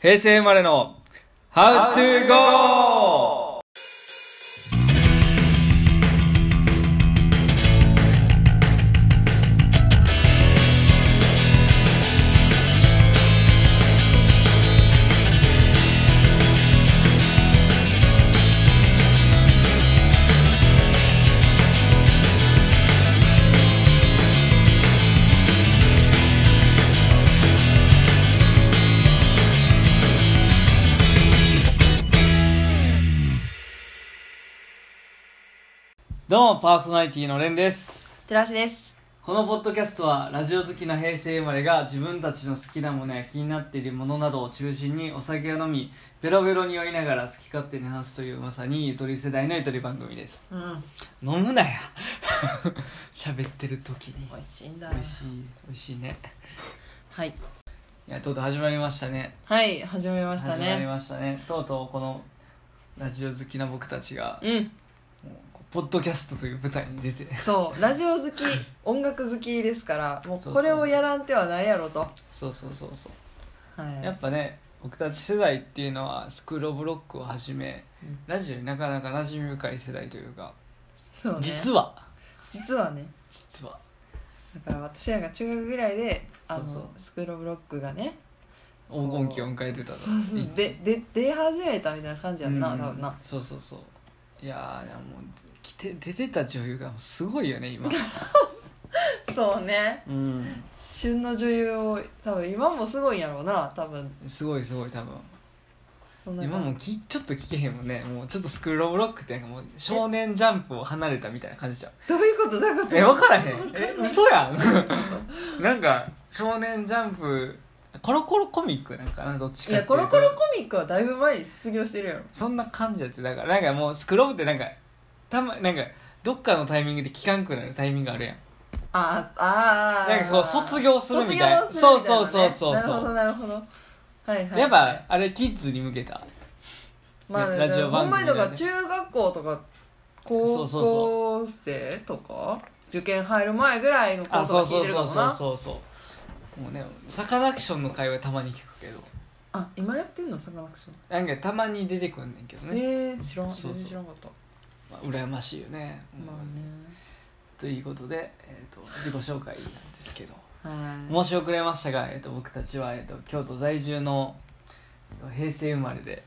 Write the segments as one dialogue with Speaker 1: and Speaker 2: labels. Speaker 1: 平成生まれの How to Go! どうも、パーソナリティのレンです。
Speaker 2: 寺橋です
Speaker 1: このポッドキャストは、ラジオ好きな平成生まれが自分たちの好きなものや気になっているものなどを中心にお酒を飲み、ベロベロに酔いながら好き勝手に話すというまさにゆとり世代のゆとり番組です。
Speaker 2: うん
Speaker 1: 飲むなや 喋ってる時に。
Speaker 2: 美味しいんだ
Speaker 1: 美味しい、美味しいね。
Speaker 2: はい
Speaker 1: いや、とうとう始まりましたね。
Speaker 2: はい始めました
Speaker 1: 始まり
Speaker 2: ね
Speaker 1: ましたねとうとうこのラジオ好きな僕たちが
Speaker 2: うん
Speaker 1: もうこうポッドキャストという舞台に出て
Speaker 2: そうラジオ好き音楽好きですからも
Speaker 1: そうそうう
Speaker 2: これをやらんてはないやろと
Speaker 1: そうそうそうそう
Speaker 2: はい
Speaker 1: やっぱね僕たち世代っていうのはスクール・オブ・ロックをはじめ
Speaker 2: うん
Speaker 1: ラジオになかなか馴染み深い世代というか
Speaker 2: そうね
Speaker 1: 実は
Speaker 2: 実はね
Speaker 1: 実は
Speaker 2: だから私らが中学ぐらいであの
Speaker 1: そうそう
Speaker 2: スクールオブロックがね
Speaker 1: 黄金期を迎えてたと
Speaker 2: そうそう
Speaker 1: 一気
Speaker 2: でで出始めたみたいな感じやんな、
Speaker 1: うん
Speaker 2: 多分な
Speaker 1: そうそうそういやーでももう来て出てた女優がもうすごいよね今
Speaker 2: そうね
Speaker 1: うん
Speaker 2: 旬の女優を多分今もすごいんやろうな多分
Speaker 1: すごいすごい多分
Speaker 2: そんな
Speaker 1: 今もうきちょっと聞けへんもんねもうちょっとスクール・オブ・ロックってなんかもう少年ジャンプを離れたみたいな感じじゃん
Speaker 2: どういうことどういうこと
Speaker 1: え分からへんえ嘘やんなんか少年ジャンプコロコロコミックなんかなどっちかって
Speaker 2: いや
Speaker 1: う
Speaker 2: コ
Speaker 1: と
Speaker 2: ロコロコミックはだいぶ前に失業してるやろ
Speaker 1: そんな感じやってだからなんかもうスクロールってなんかたまなんかどっかのタイミングで聞かんくなるタイミングあるやん
Speaker 2: あーあー
Speaker 1: なんかこう卒業するみたいな
Speaker 2: 卒業するみたいな
Speaker 1: そうそうそうそうそう
Speaker 2: なるほどなるほどはいはい
Speaker 1: やっぱあれキッズに向けた
Speaker 2: まあ、
Speaker 1: ねラジオ番組
Speaker 2: ほんまにだ
Speaker 1: だ
Speaker 2: か
Speaker 1: ね
Speaker 2: ら中学校とか
Speaker 1: そう
Speaker 2: 高
Speaker 1: そうそ
Speaker 2: 校生とか受験入る前ぐらいの子とか
Speaker 1: あそう
Speaker 2: 聞
Speaker 1: そ
Speaker 2: いうてる
Speaker 1: そ
Speaker 2: か
Speaker 1: う
Speaker 2: も
Speaker 1: そう
Speaker 2: な
Speaker 1: そうそうもうねサカナクションの会話たまに聞くけど
Speaker 2: あ今やってんのサカナクション
Speaker 1: なんかたまに出てくんねんけどね、
Speaker 2: えー、知らん
Speaker 1: そうそう
Speaker 2: 全然知らんかった
Speaker 1: まあ、羨ましいよね、
Speaker 2: ま
Speaker 1: ということで、えー、と自己紹介なんですけど
Speaker 2: あねはい
Speaker 1: 申し遅れましたが、えー、と僕たちは、えー、と京都在住のえーと平成生まれで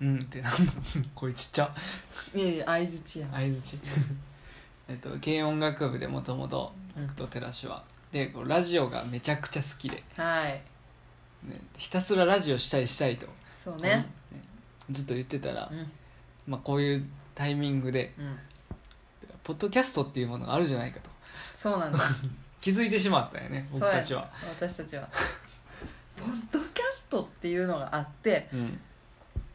Speaker 2: うん
Speaker 1: うんってなんだ 声ちっちゃ
Speaker 2: いやいや相槌やん
Speaker 1: 相づち えっと軽音楽部でもともと
Speaker 2: うん
Speaker 1: 僕と寺師はでこうラジオがめちゃくちゃ好きで、
Speaker 2: はい
Speaker 1: ね、ひたすらラジオしたいしたいと、
Speaker 2: そうね
Speaker 1: うんねずっと言ってたら
Speaker 2: う、ん
Speaker 1: まあ、こういうタイミングで
Speaker 2: うん
Speaker 1: ポッドキャストっていうものがあるじゃないかと
Speaker 2: そうなんだ
Speaker 1: 気づいてしまったよね僕たちは
Speaker 2: 私た ちはポッドキャストっていうのがあって
Speaker 1: うん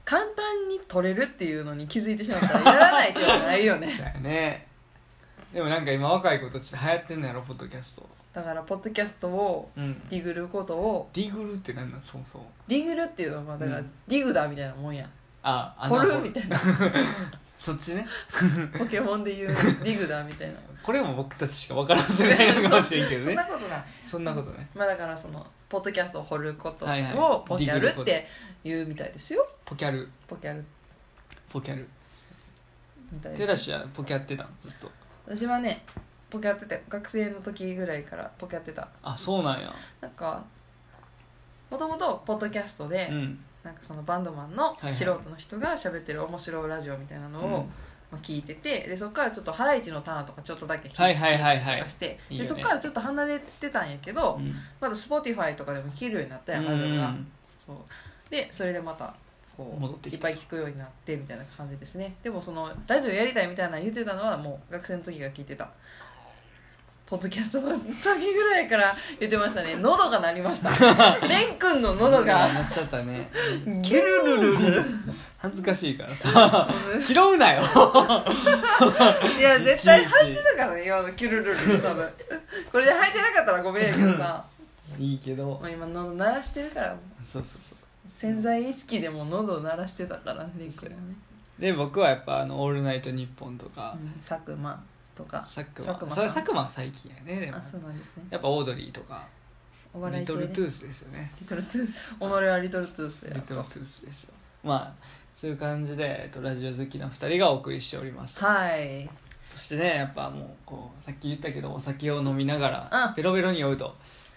Speaker 2: 簡単に撮れるっていうのに気づいてしまったらやらない手はない よね
Speaker 1: だよねでもなんか今若い子たち流行ってんのやろポッドキャスト
Speaker 2: だからポッドキャストを
Speaker 1: うん
Speaker 2: ディグることを
Speaker 1: ディグルってなんなんそもそも
Speaker 2: ディグるっていうのはまあだから
Speaker 1: うん
Speaker 2: ディグだみたいなもんや
Speaker 1: ああ
Speaker 2: 掘るみた いな
Speaker 1: そっちね
Speaker 2: ポケモンで言うディグだみたいな
Speaker 1: これも僕たちしか分からせないのかもしれんけど
Speaker 2: そんな
Speaker 1: ね
Speaker 2: ことない
Speaker 1: そんなことね
Speaker 2: まあだからそのポッドキャストを掘ること
Speaker 1: はいはい
Speaker 2: をポキ
Speaker 1: デ
Speaker 2: ャル
Speaker 1: ィグるこ
Speaker 2: っ
Speaker 1: と
Speaker 2: て言うみたいですよ
Speaker 1: ポキャル
Speaker 2: ポキャル
Speaker 1: ポキャル
Speaker 2: みたい
Speaker 1: 手
Speaker 2: で
Speaker 1: 出
Speaker 2: す
Speaker 1: しはポキャってたんずっと
Speaker 2: 私はねポキャってて学生の時ぐらいからポキャってた
Speaker 1: あそうなんや
Speaker 2: なんかもともとポッドキャストで、
Speaker 1: うん
Speaker 2: なんかそのバンドマンの
Speaker 1: いはい
Speaker 2: 素人の人が喋ってる面白いラジオみたいなのを、
Speaker 1: うん
Speaker 2: まあ、聞いててでそこからちょっとハライチのターンとかちょっとだけ聞いて
Speaker 1: はいはいはいはい
Speaker 2: たりとかして、
Speaker 1: いいよ
Speaker 2: で
Speaker 1: ね
Speaker 2: そこからちょっと離れてたんやけど、
Speaker 1: うん
Speaker 2: まだ Spotify とかでも聞けるようになったやんラジオ
Speaker 1: う
Speaker 2: が
Speaker 1: ん
Speaker 2: そうでそれでまたこう
Speaker 1: 戻ってき
Speaker 2: い
Speaker 1: た
Speaker 2: っぱい聞くようになってみたいな感じですねでもそのラジオやりたいみたいなの言ってたのはもう学生の時が聞いてたポッドキャストの時ぐらいから言ってましたね喉が鳴りました蓮くんの喉が
Speaker 1: なっちゃったね
Speaker 2: ギュルルルル
Speaker 1: 恥ずかしいから さ拾うなよ
Speaker 2: いや絶対入ってたからね今のキュルルルル 多分これで入ってなかったらごめんやけどさ
Speaker 1: いいけど
Speaker 2: もう今喉鳴らしてるから
Speaker 1: そうそうそ
Speaker 2: 潜在意識でも喉を鳴らしてたからね蓮くんはね
Speaker 1: うで僕はやっぱあの「オールナイトニッポン」とか
Speaker 2: うん佐久間とか
Speaker 1: 佐久
Speaker 2: 佐
Speaker 1: 間
Speaker 2: 久間
Speaker 1: それ
Speaker 2: さん
Speaker 1: 佐久間は最近やねでも
Speaker 2: あそうなんですね
Speaker 1: やっぱオードリーとか
Speaker 2: あお笑
Speaker 1: リ
Speaker 2: い系
Speaker 1: ト
Speaker 2: ね
Speaker 1: ルトゥースですよね
Speaker 2: リトルトゥース己はリトルトゥース
Speaker 1: リト
Speaker 2: や
Speaker 1: ルトゥースですよまあそういう感じで、えっと、ラジオ好きな2人がお送りしております
Speaker 2: はい
Speaker 1: そしてねやっぱもうこうさっき言ったけどお酒を飲みなが
Speaker 2: う
Speaker 1: ら
Speaker 2: ん
Speaker 1: ベロベロに酔うと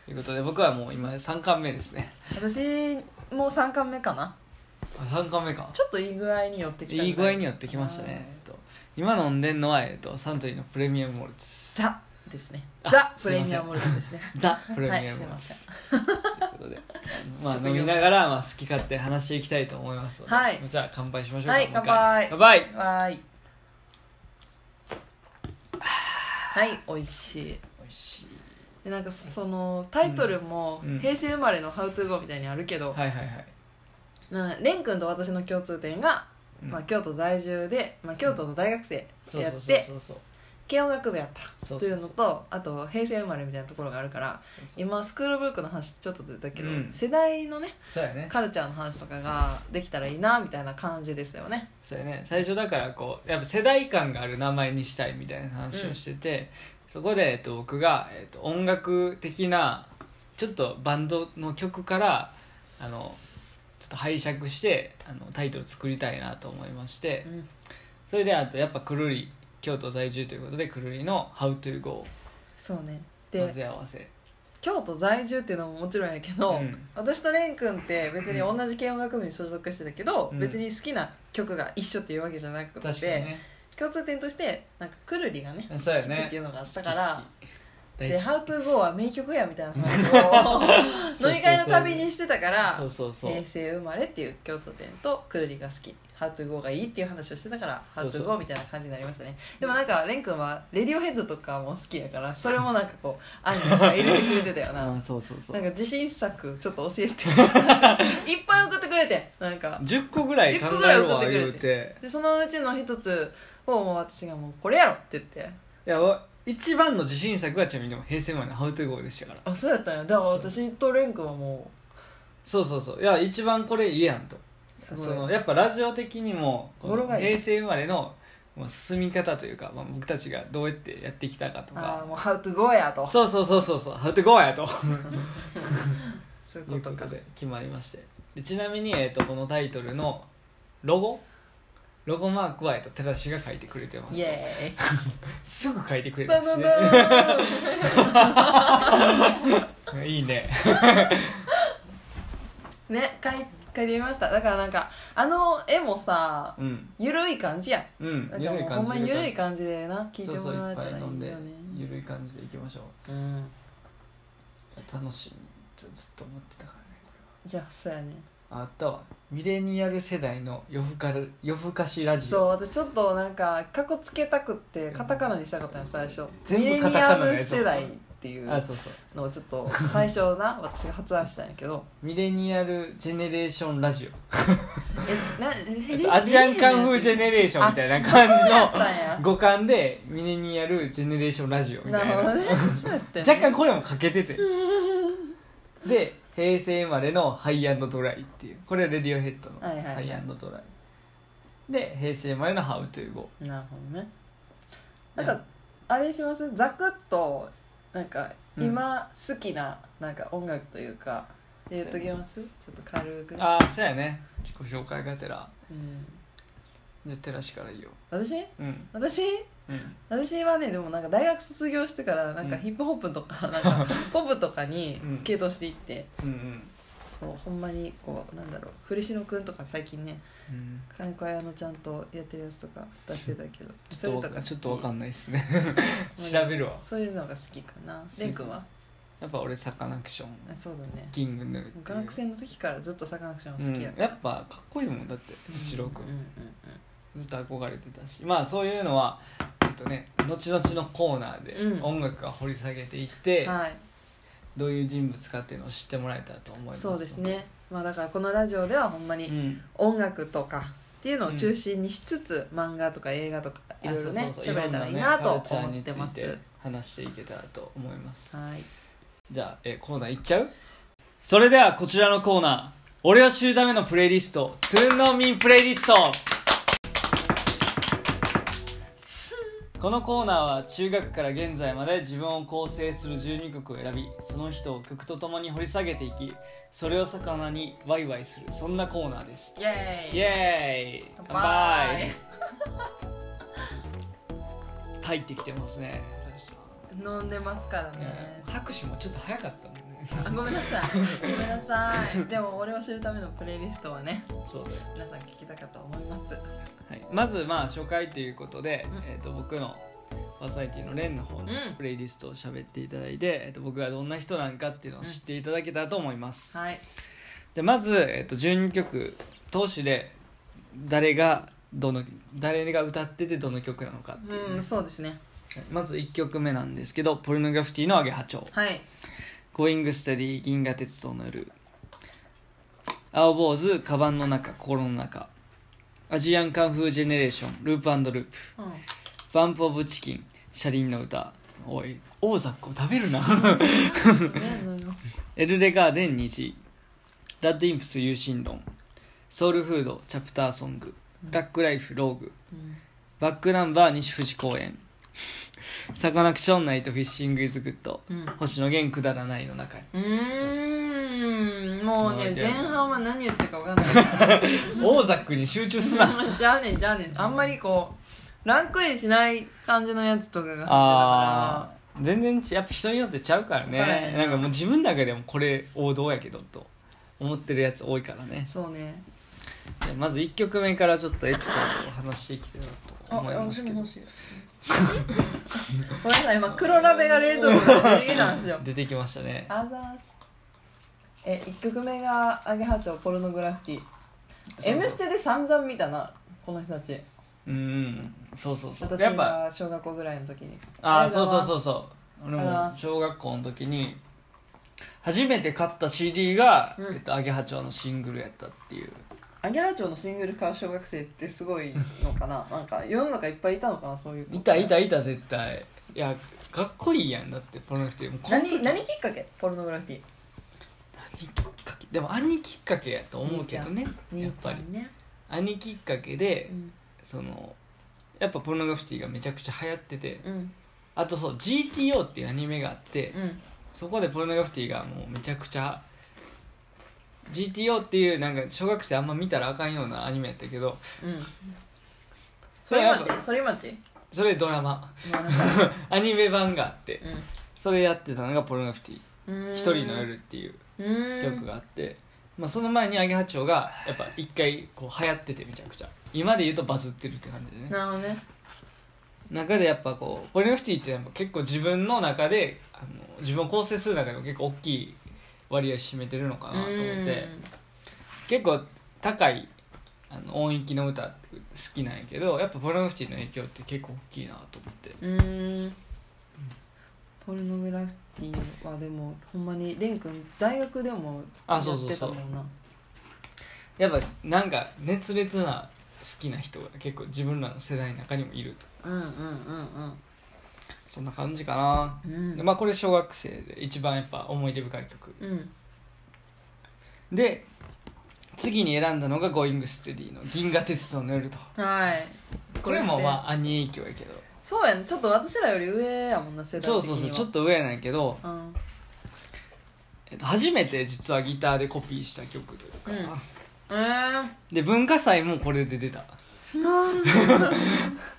Speaker 1: いうことで僕はもう今3巻目ですね
Speaker 2: 私もう3巻目かな
Speaker 1: あ3巻目か
Speaker 2: ちょっといい具合に寄ってきたぐら
Speaker 1: いい具合に寄ってきましたね、えっと、今飲んでんのは、えっと、サントリーのプレミアムモルツ
Speaker 2: ザですね
Speaker 1: あ
Speaker 2: ザ
Speaker 1: す
Speaker 2: プ
Speaker 1: い
Speaker 2: レ
Speaker 1: ません
Speaker 2: ミアムモルツですね
Speaker 1: ザ・プレミアムモルツ、ということ でまあ飲みながら、まあ、好き勝手話していきたいと思いますので、
Speaker 2: はい
Speaker 1: じゃあ乾杯しましょうか
Speaker 2: はい
Speaker 1: もう一回
Speaker 2: 乾
Speaker 1: 乾杯
Speaker 2: わーいはい美味しい
Speaker 1: 美味しい
Speaker 2: でなんかそのタイトルも
Speaker 1: うんうん
Speaker 2: 「平成生まれのハウトゥーゴー」みたいにあるけど、
Speaker 1: はいはいはい、
Speaker 2: な蓮くんと私の共通点が、
Speaker 1: うん
Speaker 2: まあ、京都在住で、まあ、京都の大学生
Speaker 1: そう
Speaker 2: や
Speaker 1: そ
Speaker 2: っ
Speaker 1: うそう
Speaker 2: て
Speaker 1: そうそう
Speaker 2: 軽音楽部やった
Speaker 1: そうそうそう
Speaker 2: というのとあと平成生まれみたいなところがあるから
Speaker 1: そうそう
Speaker 2: 今スクールブックの話ちょっと出たけど、
Speaker 1: うん
Speaker 2: 世代のね
Speaker 1: そうやね
Speaker 2: カルチャーの話とかができたらいいなみたいな感じですよね
Speaker 1: そうやね最初だからこうやっぱ世代感がある名前にしたいみたいな話をしてて、そこで、えっと、僕が、えっと、音楽的なちょっとバンドの曲からあのちょっと拝借してあのタイトル作りたいなと思いまして
Speaker 2: うん
Speaker 1: それであとやっぱくるり京都在住ということでくるりの「How to Go
Speaker 2: そうね」
Speaker 1: 混
Speaker 2: で
Speaker 1: ぜ合わせ
Speaker 2: 京都在住っていうのももちろんやけど、
Speaker 1: うん
Speaker 2: 私と蓮くんって別に同じ軽音楽部に所属してたけど、
Speaker 1: うん
Speaker 2: 別に好きな曲が一緒っていうわけじゃなくて、
Speaker 1: 確かにね
Speaker 2: 共通点としてなんかくるりがね
Speaker 1: そうやね
Speaker 2: 好きっていうのがあったから
Speaker 1: 好き好き
Speaker 2: 「で
Speaker 1: 大好
Speaker 2: How to Go」は名曲やみたいな話を飲み会のたびにしてたから
Speaker 1: きそうそうそう
Speaker 2: 平成生まれっていう共通点とくるりが好き「How to Go」がいいっていう話をしてたから「
Speaker 1: そ
Speaker 2: How
Speaker 1: うそう
Speaker 2: to Go」みたいな感じになりましたねでもなんか蓮くんは「レディオヘッド」とかも好きやからそれもなんかこう アニメとか入れてくれてたよな
Speaker 1: うんそうそうそ
Speaker 2: なん
Speaker 1: う
Speaker 2: か自信作ちょっと 教えていっぱい送ってくれてなんか
Speaker 1: 10個ぐらい考えるわ言うて
Speaker 2: でそのうちの一つをもう私がもうこれやろって言って
Speaker 1: いやわ一番の自信作はちなみにでも平成生まれの「ハウトゥーゴー」でしたから
Speaker 2: あそうやったんやだから
Speaker 1: そう
Speaker 2: 私と蓮くんはも
Speaker 1: そうそうそういや一番これいいやんと
Speaker 2: うす
Speaker 1: そ
Speaker 2: ご
Speaker 1: の
Speaker 2: い
Speaker 1: やっぱラジオ的にもこの
Speaker 2: 語呂がいい
Speaker 1: 平成生まれのまあ進み方というか、まあ、僕たちがどうやってやってきたかと
Speaker 2: ああ
Speaker 1: か
Speaker 2: もう「How to go」やと
Speaker 1: そうそうそうそうそう「ハウトゥーゴー」やと
Speaker 2: そう
Speaker 1: い
Speaker 2: いうう
Speaker 1: こ
Speaker 2: こととか
Speaker 1: で決まりましてでちなみに、えー、とこのタイトルのロゴロゴマークは、えー、と寺師が書いてくれてま
Speaker 2: イ
Speaker 1: す
Speaker 2: エ
Speaker 1: すぐ書いてくれ
Speaker 2: ーイ
Speaker 1: た
Speaker 2: バ
Speaker 1: し、
Speaker 2: バ
Speaker 1: ね
Speaker 2: バ、ーン
Speaker 1: いいね
Speaker 2: ね書い書いてみましただからなんかあの絵もさ
Speaker 1: うん
Speaker 2: ゆるい感じやん
Speaker 1: うん
Speaker 2: なんかもうほんまにゆるい感じでな聞い
Speaker 1: そ
Speaker 2: て
Speaker 1: う
Speaker 2: も
Speaker 1: そう
Speaker 2: ら
Speaker 1: い
Speaker 2: え
Speaker 1: ったぱ
Speaker 2: らいい
Speaker 1: い飲ん
Speaker 2: んだ
Speaker 1: で
Speaker 2: よね
Speaker 1: ゆるい感じでいきましょう
Speaker 2: うん
Speaker 1: 楽しみってずっと思ってたからねこ
Speaker 2: じゃあそうやね
Speaker 1: れはああったわミレニアル世代の夜更かる夜更かしラジオ
Speaker 2: そう私ちょっとなんか過去つけたくってカタカナにしたかったんや最初
Speaker 1: 全部
Speaker 2: ミレ
Speaker 1: カ
Speaker 2: ニ
Speaker 1: タカ
Speaker 2: ア
Speaker 1: ナの
Speaker 2: ム
Speaker 1: やつ
Speaker 2: 世代っていう
Speaker 1: あそうそう
Speaker 2: のをちょっと最初な私が発案したんや けど
Speaker 1: ミレニアルジェネレーションラジ
Speaker 2: えな
Speaker 1: オアジアンカンフージェネレーションみたいな感じ
Speaker 2: あそうやった
Speaker 1: の
Speaker 2: ん
Speaker 1: 五感でミレニアルジェネレーションラジオみ
Speaker 2: な
Speaker 1: たい
Speaker 2: るほ
Speaker 1: な
Speaker 2: どねそうやって、
Speaker 1: 若干これも欠けててで平成生まれのハイアンドドライっていうこれはレディオヘッドの
Speaker 2: はいはいはい
Speaker 1: ハイアンドドライで平成生まれのハウトゥーゴ
Speaker 2: なるほどねなんかあれしますざくっとなんか今好きななんか音楽というか言っときますちょっと軽くね
Speaker 1: ああそうやね自己紹介がてら
Speaker 2: うん、
Speaker 1: じゃあ寺師からいいよ
Speaker 2: 私
Speaker 1: うん
Speaker 2: 私
Speaker 1: うん
Speaker 2: 私はねでもなんか大学卒業してからなんか
Speaker 1: うん
Speaker 2: ヒップホップ とかなんかポップとかに
Speaker 1: うん
Speaker 2: 傾倒していって、
Speaker 1: うん
Speaker 2: そうほんまにこうなんだろう古篠くんとか最近ね
Speaker 1: うん
Speaker 2: 金子綾乃ちゃんとやってるやつとか出してたけど
Speaker 1: ちょっとわ
Speaker 2: 好き
Speaker 1: ちょっとわかんないですね 調べるわ
Speaker 2: そういうのが好きかな
Speaker 1: そう
Speaker 2: レン君は
Speaker 1: やっぱ俺サカナクション
Speaker 2: あそうだね
Speaker 1: キングヌーっていう
Speaker 2: 学生の時からずっとサカナクション
Speaker 1: う
Speaker 2: 好きや
Speaker 1: ん
Speaker 2: から、
Speaker 1: やっぱかっこいいもんだって一郎君
Speaker 2: うんうんうん
Speaker 1: ずっと憧れてたしまあそういうのはえっとね後々のコーナー
Speaker 2: うん
Speaker 1: で音楽が掘り下げていっ
Speaker 2: う
Speaker 1: て、
Speaker 2: んはい
Speaker 1: どういう人物かっていうのを知ってもらえたらと思います
Speaker 2: そうですねまあだからこのラジオではほんま
Speaker 1: う
Speaker 2: に、
Speaker 1: ん
Speaker 2: 音楽とかっていうのを中心にしつつ、漫画とか映画とかいろいろね
Speaker 1: あそうそうそう
Speaker 2: 喋れたらいい
Speaker 1: ろん
Speaker 2: なと
Speaker 1: カ
Speaker 2: 思
Speaker 1: ルチャー
Speaker 2: っ
Speaker 1: につ
Speaker 2: て
Speaker 1: い
Speaker 2: ます
Speaker 1: て話していけたらと思います
Speaker 2: はい
Speaker 1: じゃあ、えーコーナーいっちゃうそれではこちらのコーナー俺を知るためのプレイリスト「トゥーンノーミンプレイリスト」このコーナーは中学から現在まで自分を構成する12曲を選びその人を曲とともに掘り下げていきそれを魚にワイワイするそんなコーナーです
Speaker 2: イエーイ
Speaker 1: イエーイ
Speaker 2: 乾杯
Speaker 1: 入ってきてますねタチさん
Speaker 2: 飲んでますからね
Speaker 1: ね、拍手もちょっと早かったもんね
Speaker 2: あごめんなさいごめんなさいでも俺を知るためのプレイリストはね
Speaker 1: そうだよ
Speaker 2: 皆さん聞きたかと思います
Speaker 1: はい、まずまあ初回ということで、
Speaker 2: うん
Speaker 1: えー、と僕のパーソナリティのレンの方の
Speaker 2: うん
Speaker 1: プレイリストを喋っていただいて、えー、と僕がどんな人なんかっていうのを知っていただけたらと思います、
Speaker 2: はい
Speaker 1: でまず、えー、と12曲投手で誰がどの誰が歌っててどの曲なのかっていうね、
Speaker 2: うんそうですね
Speaker 1: まず1曲目なんですけど「ポルノグラフィティのアゲハチョウ」
Speaker 2: はい
Speaker 1: 「ゴイングステディ銀河鉄道の夜」「青坊主カバンの中心の中」「アジアンカンフージェネレーションループループ」
Speaker 2: うん
Speaker 1: バンプ・オブ・チキン車輪の歌おい大雑魚食べるな エルレガーデン虹ラッドインプス有心論ソウルフードチャプターソングラックライフローグバックナンバー西富士公園サカナクションナイトフィッシングイズグッド
Speaker 2: うん
Speaker 1: 星野源くだらないの中に
Speaker 2: うーんもう
Speaker 1: もう
Speaker 2: ね
Speaker 1: いける
Speaker 2: 前半は何言ってるか分かんないから
Speaker 1: 大雑魚に集中 すな
Speaker 2: じゃあねじゃあねあんまりこうランクインしない感じのやつとかが入ってた
Speaker 1: あ
Speaker 2: か
Speaker 1: ー全然ちやっぱ人によってちゃうからね
Speaker 2: わからへんな
Speaker 1: なんかもう自分の中でもこれ王道やけどと思ってるやつ多いからね
Speaker 2: らそうね
Speaker 1: じゃあまず1曲目からちょっとエピソードを話していきたいなと思いますけど
Speaker 2: しいごめんなさい今黒ラベが冷蔵庫から出てきたんです よ
Speaker 1: 出てきましたね
Speaker 2: あざーすえ一1曲目が「アゲハチョウポルノグラフィティ」「
Speaker 1: そうそう
Speaker 2: M ステ」で散々見たなこの人たち
Speaker 1: うんそうそうそう
Speaker 2: 私
Speaker 1: やっぱ
Speaker 2: が小学校ぐらいの時に
Speaker 1: あ
Speaker 2: あ
Speaker 1: あ
Speaker 2: りがと
Speaker 1: そう
Speaker 2: うご
Speaker 1: そ
Speaker 2: ざいうます
Speaker 1: そうそう俺
Speaker 2: ありがとうござい
Speaker 1: も
Speaker 2: ます
Speaker 1: 小学校の時に初めて買った CD が、
Speaker 2: うん
Speaker 1: えっと、アゲハチョウのシングルやったっていう
Speaker 2: アゲハチョウのシングル買う小学生ってすごいのかななんか世の中いっぱいいたのかなそういう子
Speaker 1: いたいたいた絶対いやかっこいいやんだってポルノグラフィティもうこの時
Speaker 2: 何何きっかけポルノグラフィティ
Speaker 1: 何きっかけでも兄きっかけやと思うけどねやっぱり
Speaker 2: 兄ちゃんね、
Speaker 1: 兄きっかけで、
Speaker 2: うん
Speaker 1: そのやっぱポルノグラフィティがめちゃくちゃ流行ってて、
Speaker 2: うん
Speaker 1: あとそう GTO っていうアニメがあって、
Speaker 2: うん
Speaker 1: そこでポルノグラフィティがもうめちゃくちゃ GTO っていうなんか小学生あんま見たらあかんようなアニメやったけど
Speaker 2: うん
Speaker 1: そ
Speaker 2: そ
Speaker 1: れ
Speaker 2: れ
Speaker 1: やっ
Speaker 2: 町
Speaker 1: ぱ
Speaker 2: それ町
Speaker 1: それドラマ
Speaker 2: まあなんか
Speaker 1: アニメ版があって
Speaker 2: うん
Speaker 1: それやってたのがポルノグラフィティ「
Speaker 2: うー ん
Speaker 1: 一人の夜」っていう
Speaker 2: うーん
Speaker 1: 曲があって、まあ、その前にアゲハチョウがやっぱ一回こう流行っててめちゃくちゃ今で言うとバズってるって感じでね
Speaker 2: なるほどね
Speaker 1: 中でやっぱこうポリノフィティってやっぱ結構自分の中であの自分を構成する中でも結構大きい割合占めてるのかなと思って結構高いあの音域の歌好きなんやけどやっぱポリノフィティの影響って結構大きいなと思って
Speaker 2: うーんポルノグラフィティはでもほんまに蓮くん大学でもや
Speaker 1: あ
Speaker 2: っ
Speaker 1: そうそう
Speaker 2: て
Speaker 1: そ
Speaker 2: た
Speaker 1: う
Speaker 2: もんな
Speaker 1: やっぱなんか熱烈な好きな人が結構自分らの世代の中にもいると
Speaker 2: うんうんうん
Speaker 1: そんな感じかな、
Speaker 2: うん
Speaker 1: でまあこれ小学生で一番やっぱ思い出深い曲
Speaker 2: うん
Speaker 1: で次に選んだのが「Going Steady」の「銀河鉄道の夜」と。
Speaker 2: はい
Speaker 1: これもま
Speaker 2: あ
Speaker 1: あ兄影響やけど
Speaker 2: そうやんちょっと私らより上やもんな世代的に
Speaker 1: そう
Speaker 2: は
Speaker 1: そうそうちょっ
Speaker 2: と
Speaker 1: と上なんやけど、
Speaker 2: うん
Speaker 1: えっと、初めて実はギターでコピーした曲というか、
Speaker 2: うんえー
Speaker 1: で文化祭もこれで出た中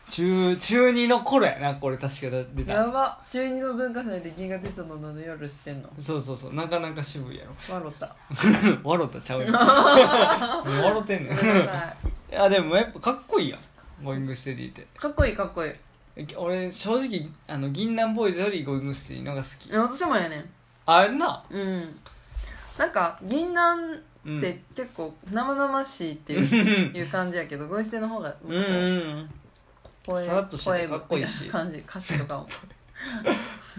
Speaker 1: 中2の頃やなこれ確か出
Speaker 2: や
Speaker 1: た
Speaker 2: ば中二の文化祭で銀河鉄道の夜してんの
Speaker 1: そうそうそうなかなか渋いやろ
Speaker 2: 笑った
Speaker 1: 笑ったちゃう やろ笑ってんね
Speaker 2: ご
Speaker 1: んい
Speaker 2: めんなさ
Speaker 1: やでもやっぱかっこいいやんゴーイングステディって
Speaker 2: いかっこいいかっこいい
Speaker 1: え俺正直あの銀杏ボーイズよりゴーイングステディのが好き
Speaker 2: いや私もやねん
Speaker 1: あんな
Speaker 2: うんなんか銀杏
Speaker 1: うん
Speaker 2: って結構生々しいっていういう感じやけ どゴイステの方が
Speaker 1: うんうん
Speaker 2: 声
Speaker 1: さらっとしてて
Speaker 2: 声
Speaker 1: かっこいいし
Speaker 2: みたな感じ歌詞と かも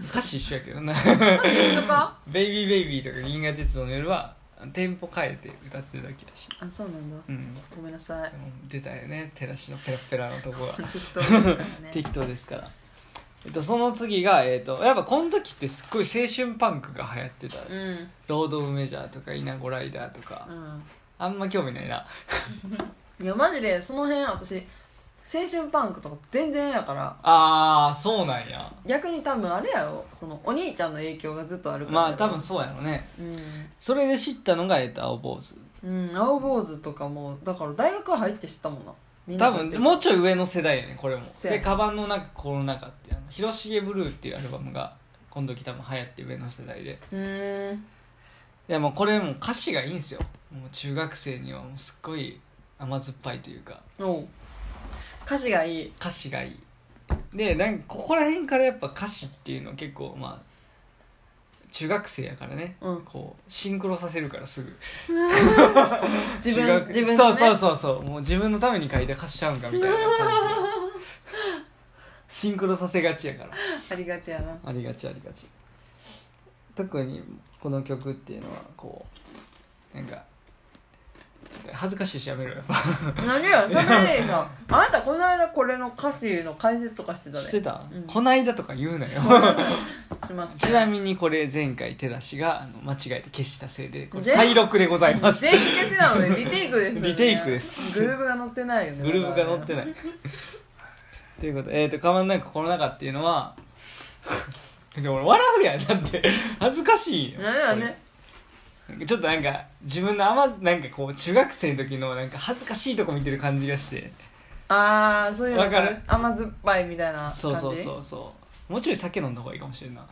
Speaker 1: 歌詞一緒やけどな
Speaker 2: 歌詞一緒か
Speaker 1: ベイビーベイビーとか銀河鉄道の夜はテンポ変えて歌ってるだけやし
Speaker 2: あそうなんだ
Speaker 1: うん
Speaker 2: ごめんなさい
Speaker 1: でも出たよね照らしのペラペラのとこは
Speaker 2: 適当ですからね
Speaker 1: 適当ですから、えっと、その次が、えっと、やっぱこの時ってすっごい青春パンクが流行ってた、
Speaker 2: うん
Speaker 1: ロード・オブ・メジャーとかイナゴ・ライダーとか、あんま興味ないな
Speaker 2: うんいやマジでその辺私青春パンクとか全然やから
Speaker 1: ああそうなんや
Speaker 2: 逆に多分あれやろそのお兄ちゃんの影響がずっとあるから
Speaker 1: まあ
Speaker 2: やろ
Speaker 1: 多分そうやろね
Speaker 2: う
Speaker 1: それで知ったのがえっと青坊主
Speaker 2: ん、うん、青坊主とかもだから大学入って知ったもんなみんな
Speaker 1: 多
Speaker 2: 入って
Speaker 1: 分
Speaker 2: る
Speaker 1: もうちょい上の世代やねこれも
Speaker 2: そうや
Speaker 1: で「
Speaker 2: ね
Speaker 1: カバンの中心の中」っていうあの広重ブルーっていうアルバムがこの時多分流行って上の世代で
Speaker 2: うーん
Speaker 1: でもうこれもう歌詞がいいんすよもう中学生にはもうすっごい甘酸っぱいというか
Speaker 2: おう歌詞がいい
Speaker 1: 歌詞がいいでなんかここら辺からやっぱ歌詞っていうの結構まあ中学生やからね、
Speaker 2: うん
Speaker 1: こうシンクロさせるからすぐ
Speaker 2: 自
Speaker 1: 中
Speaker 2: 分
Speaker 1: 学
Speaker 2: 自分
Speaker 1: そ
Speaker 2: の
Speaker 1: うそう
Speaker 2: ね
Speaker 1: そうそうもう自分のために書いた歌詞ちゃうんかみたいな感じで シンクロさせがちやから
Speaker 2: ありがちやな
Speaker 1: ありがちありがち特にこの曲っていうのはこうなんかちょっと恥ずかしいしやめろよ
Speaker 2: 何やそれでいいさあなたこの間これの歌詞の解説とかしてたね
Speaker 1: してた、
Speaker 2: うん
Speaker 1: こないだとか言うな よ
Speaker 2: します
Speaker 1: ちなみにこれ前回手出しがあの間違えて消したせいでこれ
Speaker 2: 全
Speaker 1: 再録でございます
Speaker 2: 全員消しなの でリテイクですよね
Speaker 1: リテイクです
Speaker 2: グルーブが乗ってないよね
Speaker 1: グルーブが乗って
Speaker 2: い
Speaker 1: ないということで、えー、とカバンなんかこの中っていうのは でも俺笑うやんだって恥ずかしいよ
Speaker 2: 何やね
Speaker 1: なんかちょっとなんか自分のあまなんかこう中学生の時のなんか恥ずかしいとこ見てる感じがして
Speaker 2: ああそういうの
Speaker 1: わかる
Speaker 2: 甘酸っぱいみたいな感じ
Speaker 1: そうそうそうそうもうちょい酒飲んだ方がいいかもしれんな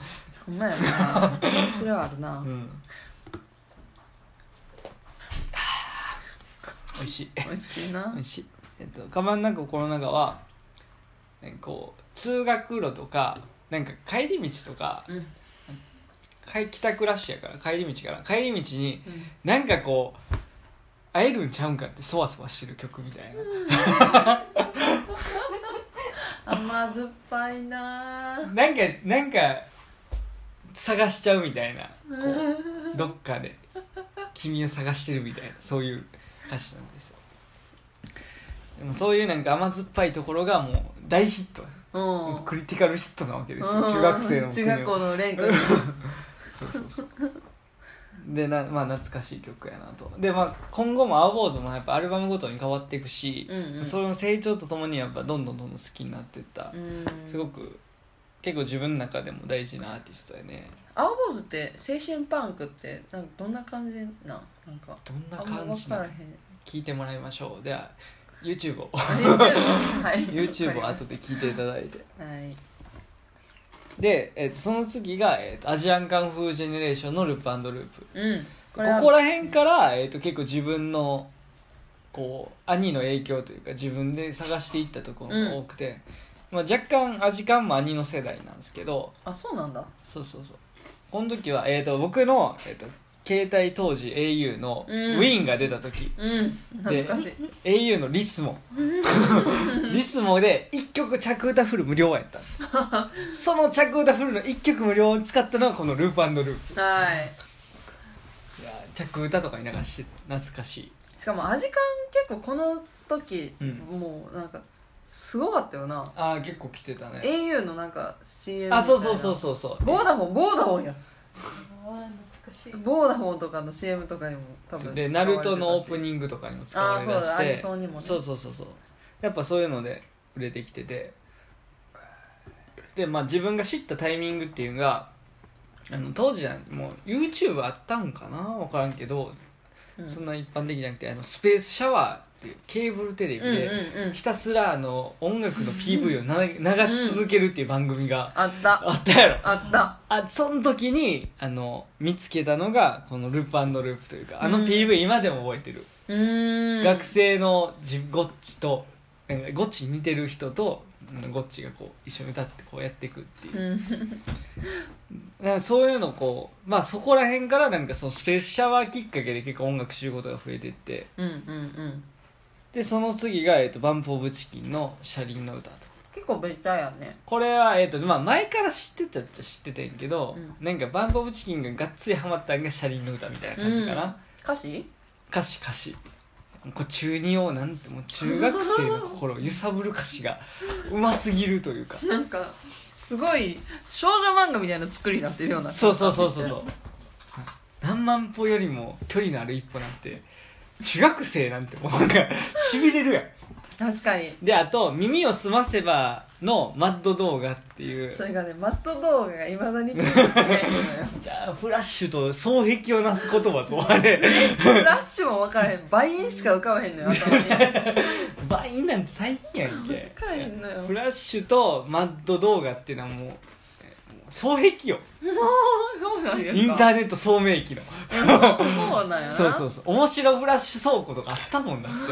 Speaker 2: ほんまやなそれはあるな、
Speaker 1: うん 美味しい
Speaker 2: 美味しいな
Speaker 1: 美味しいえっとカバンの中心の中はなんかこう通学路とかなんか帰り道とか
Speaker 2: うん、うん、
Speaker 1: 帰帰宅ラッシュやから帰り道から帰り道になんかこう会えるんちゃうんかってそわそわしてる曲みたいな
Speaker 2: 甘酸っぱいな
Speaker 1: なんかなんか探しちゃうみたいなこ
Speaker 2: う
Speaker 1: うどっかで君を探してるみたいなそういう歌詞なんですよでもそういうなんか甘酸っぱいところがもう大ヒットもうんクリティカルヒットなわけですよ
Speaker 2: うん
Speaker 1: 中学生の僕に
Speaker 2: 中
Speaker 1: は
Speaker 2: 学校の蓮君
Speaker 1: そうそうそうでなまあ懐かしい曲やなとでまあ今後も青坊主もやっぱアルバムごとに変わっていくし、
Speaker 2: うんうん
Speaker 1: その成長とともにやっぱどんどんどんどん好きになっていった、
Speaker 2: うん
Speaker 1: すごく結構自分の中でも大事なアーティストやね
Speaker 2: 青坊主って青春パンクってなんかどんな感じなんなんか
Speaker 1: どんな
Speaker 2: あんま
Speaker 1: 感
Speaker 2: 分
Speaker 1: じ
Speaker 2: か
Speaker 1: な
Speaker 2: ら
Speaker 1: の
Speaker 2: へん
Speaker 1: 聞いてもらいましょうでは YouTube を
Speaker 2: YouTube はい
Speaker 1: YouTube を
Speaker 2: わか
Speaker 1: 後で聞いていただいて
Speaker 2: りましたはい
Speaker 1: で、えっとその次が、えっとアジアンカンフージェネレーションのループループ
Speaker 2: うん
Speaker 1: こ
Speaker 2: れは
Speaker 1: こら辺から、えー、と結構自分のこう兄の影響というか自分で探していったところが多くて、まあ、若干アジカンも兄の世代なんですけど
Speaker 2: あそうなんだ
Speaker 1: そうそうそうこの時は、えー、と僕の、えー、と携帯当時 au のウ
Speaker 2: うん
Speaker 1: ィーンが出た時、
Speaker 2: うん懐かしい
Speaker 1: au のリ スモリスモで1曲着歌フル無料やった のその着歌フルの1曲無料を使ったのがこの「ループループ
Speaker 2: はい」
Speaker 1: いや着歌とかに流して懐かしい
Speaker 2: しかもアジカン結構この時、
Speaker 1: うん
Speaker 2: もうなんかすごかったよな
Speaker 1: ああ結構来てたね
Speaker 2: au のなんか CM みたいな
Speaker 1: あそうそうそうそうそう
Speaker 2: ボーダフォンボーダフォンや
Speaker 3: あ懐かしい
Speaker 2: ボーダフォンとかの CM とかにも多分
Speaker 1: でナルトのオープ
Speaker 2: ン
Speaker 1: ニングとかにも使われだ
Speaker 2: あーそうだアニ
Speaker 1: して
Speaker 2: ソンにもね
Speaker 1: そうそうそうそうやっぱそういうので売れてきててでまあ自分が知ったタイミングっていうのがあの当時はもう YouTube あったんかな分からんけど、
Speaker 2: うん
Speaker 1: そんな一般的じゃなくてあのスペースシャワーっていうケーブルテレビ
Speaker 2: うんうん
Speaker 1: で
Speaker 2: うん
Speaker 1: ひたすらあの音楽の PV をな流し続けるっていう番組が
Speaker 2: あった
Speaker 1: あったやろ
Speaker 2: あった
Speaker 1: あその時にあの見つけたのがこの「ループループ」というかあの
Speaker 2: うん
Speaker 1: PV 今でも覚えてる、
Speaker 2: うーん
Speaker 1: 学生のじゴッチとなんかゴッチに似てる人とあのゴッチがこう一緒に歌ってこうやっていくっていう、
Speaker 2: うん
Speaker 1: だからそういうのこうまあそこら辺からなんかそのスペースシャワーきっかけで結構音楽知ることが増えてって
Speaker 2: うんうんうん
Speaker 1: でその次が、えっとバンプ・オブ・チキンの「車輪の歌」と。
Speaker 2: 結構ベタやね
Speaker 1: これは、えっとまあ、前から知ってたっちゃ知ってたんやけど、
Speaker 2: う
Speaker 1: なんかバンプ・オブ・チキンががっつりハマったんが車輪の歌みたいな感じかな、
Speaker 2: うん歌詞
Speaker 1: 歌詞歌詞こう中二をなんてもう中学生の心を揺さぶる歌詞がうますぎるというか
Speaker 2: なんかすごい少女漫画みたいな作りになってるような
Speaker 1: そうそうそうそうそう何万歩よりも距離のある一歩なんて中学生なんてもうなんかしびれるやん
Speaker 2: 確かに
Speaker 1: であと「耳をすませば」のマッド動画っていう
Speaker 2: それがねマット動画がいまだに気に入って ないのよ
Speaker 1: じゃあフラッシュと双璧をなす言葉ぞあれ
Speaker 2: フラッシュも分からへん倍音しか浮かばへんのよ頭に
Speaker 1: 倍なんて最近やんけ
Speaker 2: 分からへんのよ
Speaker 1: フラッシュとマッド動画っていうのはもうえーもう双璧よ
Speaker 2: そうなんですか
Speaker 1: インターネット聡明期の
Speaker 2: そうなんやな
Speaker 1: そうそうそう面白フラッシュ倉庫とかあったもんだって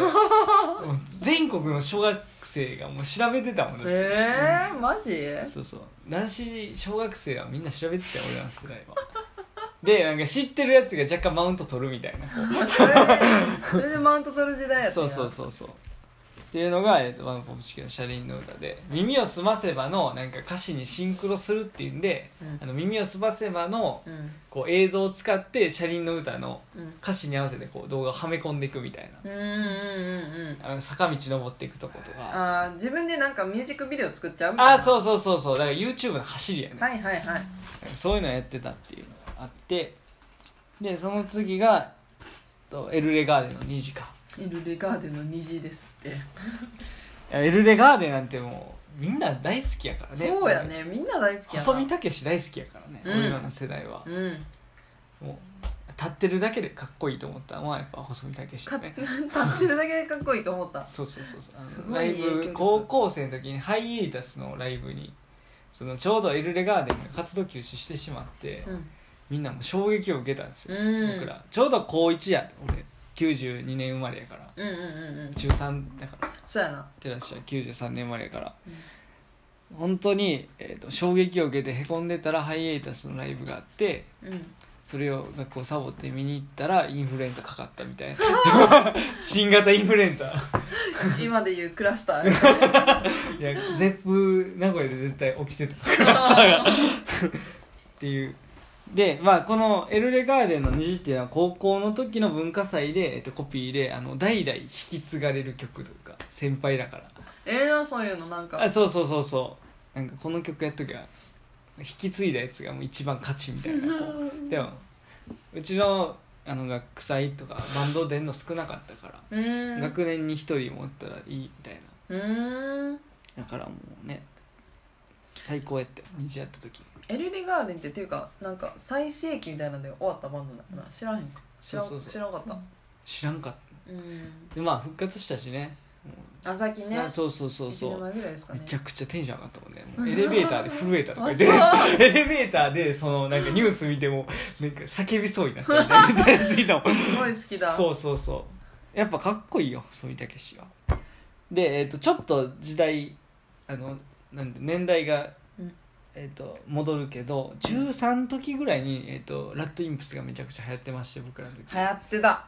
Speaker 1: もう全国の小学生がもう調べてたもんだって
Speaker 2: えー、マジ
Speaker 1: そうそう男子小学生はみんな調べてたよ俺らの世代はでなんか知ってるやつが若干マウント取るみたいな こ
Speaker 2: それでそれでマウント取る時代や
Speaker 1: う
Speaker 2: った
Speaker 1: そ
Speaker 2: ん
Speaker 1: う
Speaker 2: や
Speaker 1: そうそうそうっていうのが、えーとワンポンプチキンの車輪の歌で「耳をすませば」のなんか歌詞にシンクロするっていうんで「
Speaker 2: うん
Speaker 1: あの耳をすませばの」
Speaker 2: うん
Speaker 1: こう映像を使って車輪の歌の
Speaker 2: うん
Speaker 1: 歌詞に合わせてこう動画をはめ込んでいくみたいな
Speaker 2: うんうんうんうん
Speaker 1: あの坂道登っていくとことか
Speaker 2: あー自分でなんかミュージックビデオ作っちゃうみたいな
Speaker 1: ああそうそうそうそうだから YouTube の走りやね、
Speaker 2: はいはいはい
Speaker 1: そういうのやってたっていうのがあってでその次がとエルレガーデンの2時間
Speaker 2: イルレガーデンの虹ですって、
Speaker 1: いやエルレガーデンなんてもうみんな大好きやからね
Speaker 2: そうやねみんな大好きやな
Speaker 1: 細見武士大好きやからね、
Speaker 2: うん
Speaker 1: 俺らの世代は、
Speaker 2: うん
Speaker 1: もう立ってるだけでかっこいいと思ったのはやっぱ細見武士
Speaker 2: か
Speaker 1: や
Speaker 2: 立
Speaker 1: ね
Speaker 2: ってるだけでかっこいいと思った
Speaker 1: そうそうそうそうあの
Speaker 2: すごい
Speaker 1: ライ
Speaker 2: 影響
Speaker 1: ブ
Speaker 2: 力
Speaker 1: 高校生の時にハイエータスのライブにそのちょうどエルレガーデンが活動休止してしまって、
Speaker 2: うん
Speaker 1: みんなもう衝撃を受けたんですよ、
Speaker 2: うん
Speaker 1: 僕らちょうど高1や俺92年生まれやから
Speaker 2: うんうんうんうん
Speaker 1: 中3だから
Speaker 2: そうやな
Speaker 1: テラシは93年生まれやから、
Speaker 2: うん
Speaker 1: 本当に、えーと衝撃を受けてへこんでたらハイエータスのライブがあって
Speaker 2: うん
Speaker 1: それを学校サボって見に行ったらインフルエンザかかったみ たいな新型インフルエンザ
Speaker 2: 今で言うクラスタ ー
Speaker 1: いやゼップ名古屋で絶対起きてたクラスタ ーがっていうでまあこの「エルレガーデンの虹」っていうのは高校の時の文化祭で、えっと、コピーであの代々引き継がれる曲というか先輩だから
Speaker 2: ええなそういうのなんか
Speaker 1: あそうそうそうそうなんかこの曲やっときゃ引き継いだやつがもう一番勝ちみたいなこ うでもうちのあの学祭とかバンド出んの少なかったから、
Speaker 2: うーん
Speaker 1: 学年に一人持ったらいいみたいな
Speaker 2: うーん
Speaker 1: だからもうね最高やって虹やった時
Speaker 2: エルレガーデンってっていうかなんか最盛期みたいなんで終わったバンドだから知らへんか知らん
Speaker 1: そうそうそう
Speaker 2: 知らんかった
Speaker 1: 知らんかっ
Speaker 2: うん
Speaker 1: たでまあ復活したしねも
Speaker 2: あ
Speaker 1: う
Speaker 2: さっきね
Speaker 1: さそうそうそうそ
Speaker 2: 1年
Speaker 1: う
Speaker 2: 前ぐらいですか
Speaker 1: め
Speaker 2: ね
Speaker 1: ちゃくちゃテンション上がったもん ねもうエレベーターで震えたとか言っ
Speaker 2: あ
Speaker 1: てエレベーターでそのなんかニュース見てもなんか叫びそうになったみたいなみたいなやついたもん
Speaker 2: すごい好きだ
Speaker 1: そうそうそうやっぱかっこいいよ細見武士はで、えー、とちょっと時代あのなんで年代が、
Speaker 2: うん
Speaker 1: えー、と戻るけど13の時ぐらいに、えー、とラッドインプスがめちゃくちゃ流行ってまして僕らの時
Speaker 2: 流行ってた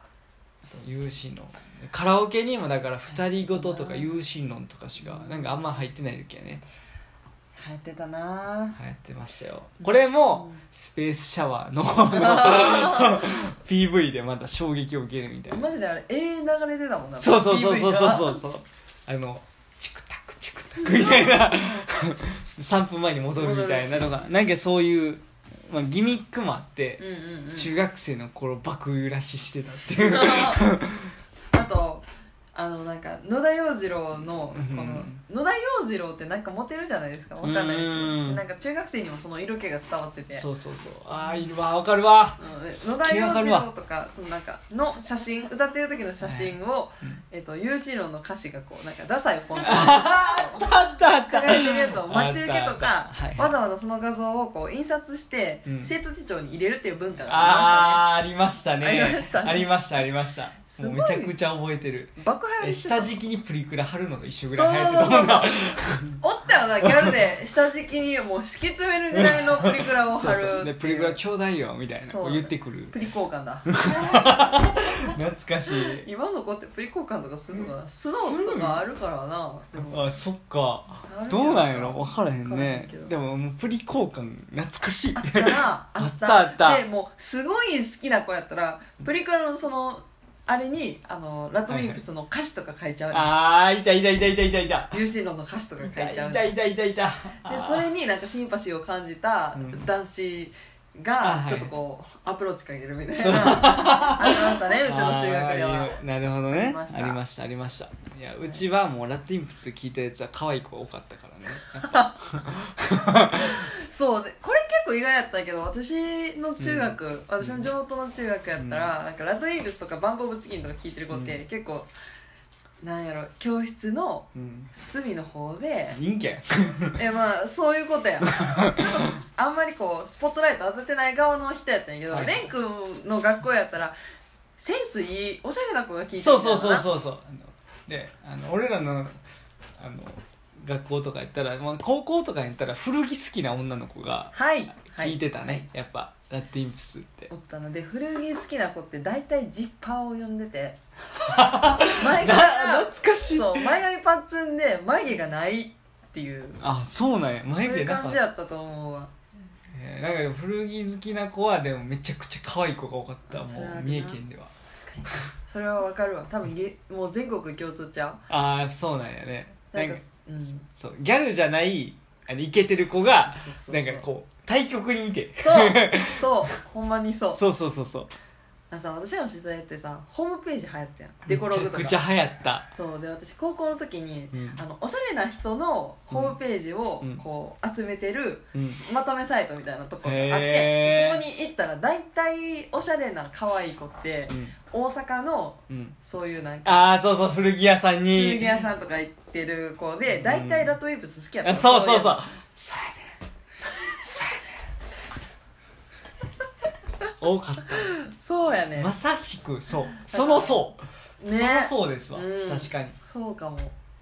Speaker 1: そう有心論カラオケにもだから二人ごととか有心論とかしかなんかあんま入ってない時やね
Speaker 2: 流行ってたな
Speaker 1: 流行ってましたよこれも
Speaker 2: うん
Speaker 1: スペースシャワ ーの あの PV でまた衝撃を受けるみたいな
Speaker 2: マジであれ永遠流れてたもんな
Speaker 1: そうそうそうそうそう
Speaker 2: PV
Speaker 1: そ
Speaker 2: が
Speaker 1: うそうあのチクタクチクタクみたいな3分前に戻るみたいなのがなんかそういう、まあ、ギミックもあって
Speaker 2: う、んうんうん
Speaker 1: 中学生の頃爆揺らししてたっていう
Speaker 2: あとあのなんか野田洋次郎の
Speaker 1: うん
Speaker 2: この野田洋次郎ってなんかモテるじゃないですかわかんないですけ
Speaker 1: う
Speaker 2: ど
Speaker 1: ん
Speaker 2: なんか中学生にもその色気が伝わってて
Speaker 1: そうそうそうああいるわわかるわ
Speaker 2: うん野
Speaker 1: すっ
Speaker 2: 田
Speaker 1: げえわか
Speaker 2: 洋次
Speaker 1: るわ
Speaker 2: 郎とかそのなんかの写真歌ってる時の写真を、
Speaker 1: うん
Speaker 2: えっと有志論の歌詞がこうなんかダサいを コント
Speaker 1: あったあった
Speaker 2: 輝いてるやつを待ち受け
Speaker 1: あ
Speaker 2: と
Speaker 1: ったあ
Speaker 2: か
Speaker 1: ったはいはい
Speaker 2: わざわざその画像をこう印刷して、
Speaker 1: うん
Speaker 2: 生徒手帳に入れるっていう文化があ
Speaker 1: あーありましたね
Speaker 2: ありましたね
Speaker 1: ありましたありました
Speaker 2: す
Speaker 1: も
Speaker 2: ご
Speaker 1: う
Speaker 2: い
Speaker 1: めちゃくちゃ覚えてる
Speaker 2: りましたね爆破
Speaker 1: え
Speaker 2: りしてた
Speaker 1: 下敷きにプリクラ貼るのと一緒ぐらい流行ってた
Speaker 2: そう
Speaker 1: も
Speaker 2: そ
Speaker 1: ん
Speaker 2: うそう
Speaker 1: な
Speaker 2: そうおったよなギャルで下敷きにもう敷き詰めるぐらいのプリクラを貼
Speaker 1: そう
Speaker 2: る
Speaker 1: そうでプリクラちょうだいよみたいな
Speaker 2: そう
Speaker 1: こう言ってくる
Speaker 2: プリ交換だ
Speaker 1: 懐かしい
Speaker 2: 今の子ってプリ交換とかするのかなスノーとかあるからなでも
Speaker 1: あそっか
Speaker 2: ある
Speaker 1: どうなんやろ分からへん
Speaker 2: わからへ
Speaker 1: ね
Speaker 2: んけど
Speaker 1: でももうプリ交換懐かし い
Speaker 2: あっ たなあっ
Speaker 1: あったあった
Speaker 2: でもうすごい好きな子やったらプリクラのそのあれにあのラッドウィンプスの歌詞とか書いちゃう、
Speaker 1: あーいたいたいたいたいたいた
Speaker 2: ユーシーロンの歌詞とか書い
Speaker 1: い
Speaker 2: ちゃ
Speaker 1: た
Speaker 2: う
Speaker 1: いたいたいたいた
Speaker 2: でそれになんかシンパシーを感じた
Speaker 1: うん
Speaker 2: 男子
Speaker 1: あ
Speaker 2: が
Speaker 1: はい
Speaker 2: ちょっとこうアプローチかけるみたいなありましたねうちの中学で
Speaker 1: あ
Speaker 2: は
Speaker 1: ーなるほど
Speaker 2: あ
Speaker 1: ね
Speaker 2: りました
Speaker 1: ありましたありましたいやうちはもうラティンプス聞いたやつは可愛い子多かったからねやっぱ
Speaker 2: そうでこれ結構意外やったけど私の中学、私の地元の中学やったら、なんかラドウィングスとかバンボーブチキンとか聞いてる子って
Speaker 1: う
Speaker 2: 結構、なんやろ教室の
Speaker 1: うん
Speaker 2: 隅の方で
Speaker 1: 人気や
Speaker 2: えまあそういうこと やちょっとあんまりこうスポットライト当ててない側の人やったんやけど、
Speaker 1: はい
Speaker 2: レン君の学校やったらセンスいいおしゃれな子が聞いてる
Speaker 1: そうそうそう
Speaker 2: う
Speaker 1: そうそうあのであの俺らのあの学校とかやったら、まあ、高校とかやったら古着好きな女の子が
Speaker 2: はい
Speaker 1: 聞いてたね、
Speaker 2: はい
Speaker 1: やっぱラティンプスって
Speaker 2: おったので古着好きな子って大体ジッパーを呼んで て
Speaker 1: な
Speaker 2: 前髪が
Speaker 1: 懐かしい
Speaker 2: そう前髪パッツンで眉毛がないっていう
Speaker 1: あそうなんや
Speaker 2: そう
Speaker 1: 眉
Speaker 2: い
Speaker 1: 毛
Speaker 2: う
Speaker 1: なん
Speaker 2: 感
Speaker 1: か
Speaker 2: じやったと思うわ
Speaker 1: えーなんかでも古着好きな子はでもめちゃくちゃ可愛い子が多かったも
Speaker 2: それはある
Speaker 1: う
Speaker 2: な
Speaker 1: 三重県では
Speaker 2: 確かにそれはわかるわ多分げもう全国共通ちゃ
Speaker 1: ああそうなんやね
Speaker 2: うな
Speaker 1: なん
Speaker 2: ん
Speaker 1: か
Speaker 2: かうんそう
Speaker 1: そうギャルじゃないあのイケてる子が
Speaker 2: そうそ
Speaker 1: な
Speaker 2: う
Speaker 1: んかこう対局にいて
Speaker 2: そうそうほんまにそう
Speaker 1: そうそうそうそう
Speaker 2: あのさ私らの取材ってさホームページ流行ったやんデコログと
Speaker 1: めちゃ
Speaker 2: か
Speaker 1: くちゃ流行った
Speaker 2: そうで私高校の時に、
Speaker 1: うん
Speaker 2: あのおしゃれな人のホームページを
Speaker 1: うん
Speaker 2: こう集めてる
Speaker 1: うん
Speaker 2: まとめサイトみたいなとこがあっ
Speaker 1: へ
Speaker 2: て
Speaker 1: ー
Speaker 2: そこに行ったら大体おしゃれな可愛い子って
Speaker 1: うん
Speaker 2: 大阪の
Speaker 1: うん
Speaker 2: そういうなんか
Speaker 1: ああそうそう古着屋さんに
Speaker 2: 古着屋さんとか行ってる子で
Speaker 1: ん
Speaker 2: 大体ラトウィーブス好きやった
Speaker 1: あ
Speaker 2: の
Speaker 1: そうそうそう
Speaker 2: い
Speaker 1: そうやねんそうやねんそうやねん多かった
Speaker 2: やつそうやね
Speaker 1: まさしくそうその層、そ
Speaker 2: ね
Speaker 1: の層ですわ、
Speaker 2: うん
Speaker 1: 確かに
Speaker 2: そうかも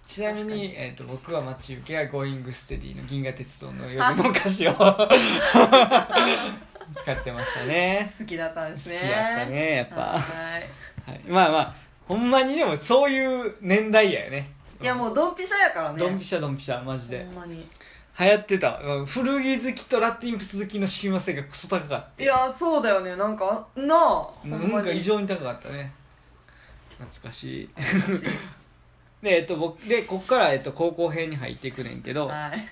Speaker 1: ちなみ
Speaker 2: 確か
Speaker 1: に
Speaker 2: に
Speaker 1: えー、と僕は待ち受けは「ゴーイングステディの「銀河鉄道の夜」の歌 詞を使ってましたね
Speaker 2: 好きだったんですね
Speaker 1: 好きだったねやっぱ
Speaker 2: はい
Speaker 1: はい、まあまあほんまにでもそういう年代やよね
Speaker 2: いやもうドンピシャやからね
Speaker 1: ドンピシャドンピシャマジで
Speaker 2: ほんまに
Speaker 1: 流行ってたうん古着好きとラティンプス好きの親和性がクソ高かっ
Speaker 2: いやそうだよねなんかなあ
Speaker 1: たなんか異
Speaker 2: 常
Speaker 1: 常に高かったね懐かしい で,、えっと、僕でこっから、えっと、高校編に入っていくねんけど、
Speaker 2: はい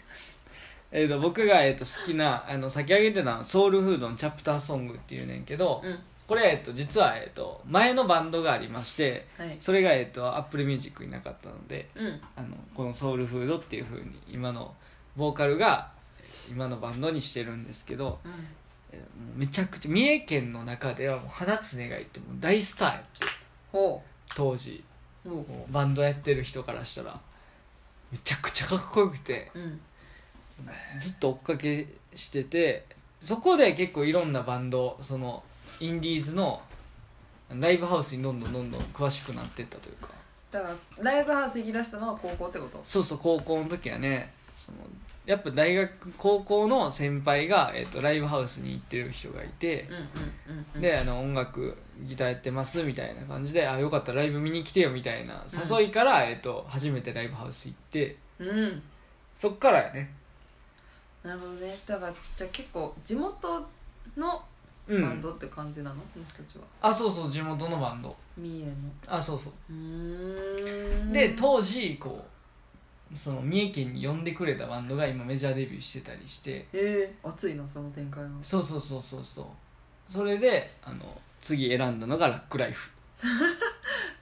Speaker 1: えっと、僕が、えっと、好きなあの先上げてたのはソウルフードのチャプターソングっていうねんけど、
Speaker 2: うん
Speaker 1: これ、えっと、実は、えっと、前のバンドがありまして
Speaker 2: はい
Speaker 1: それが、えっと、アップルミュージックになかったので
Speaker 2: うん
Speaker 1: あのこのソウルフードっていう風に今のボーカルが今のバンドにしてるんですけど
Speaker 2: うん
Speaker 1: えーもうめちゃくちゃ三重県の中ではもう花つねがいってもう大スターやって
Speaker 2: ほ
Speaker 1: 当時
Speaker 2: うほう
Speaker 1: もうバンドやってる人からしたらめちゃくちゃかっこよくて
Speaker 2: うん
Speaker 1: ずっと追っかけしててそこで結構いろんなバンドそのインディーズのライブハウスにどんどんどんどん詳しくなってったというか
Speaker 2: だからライブハウス行き出したのは高校ってこと
Speaker 1: そうそう高校の時はねそのやっぱ大学高校の先輩が、えっとライブハウスに行ってる人がいて
Speaker 2: うん、うんうんうん
Speaker 1: であの音楽ギターやってますみたいな感じであよかったらライブ見に来てよみたいな誘いから、えっと初めてライブハウス行って
Speaker 2: うん
Speaker 1: そっからやね
Speaker 2: なるほどねだからじゃあ結構地元の
Speaker 1: う
Speaker 2: バン
Speaker 1: ん
Speaker 2: ドって感じなの、この人たちは
Speaker 1: あそうそう地元のバンド
Speaker 2: 三重の
Speaker 1: あそうそう
Speaker 2: うーん
Speaker 1: で当時こうその三重県に呼んでくれたバンドが今メジャーデビューしてたりして
Speaker 2: えー、熱いなその展開は
Speaker 1: そうそうそうそうそうそれであの次選んだのがラックライフ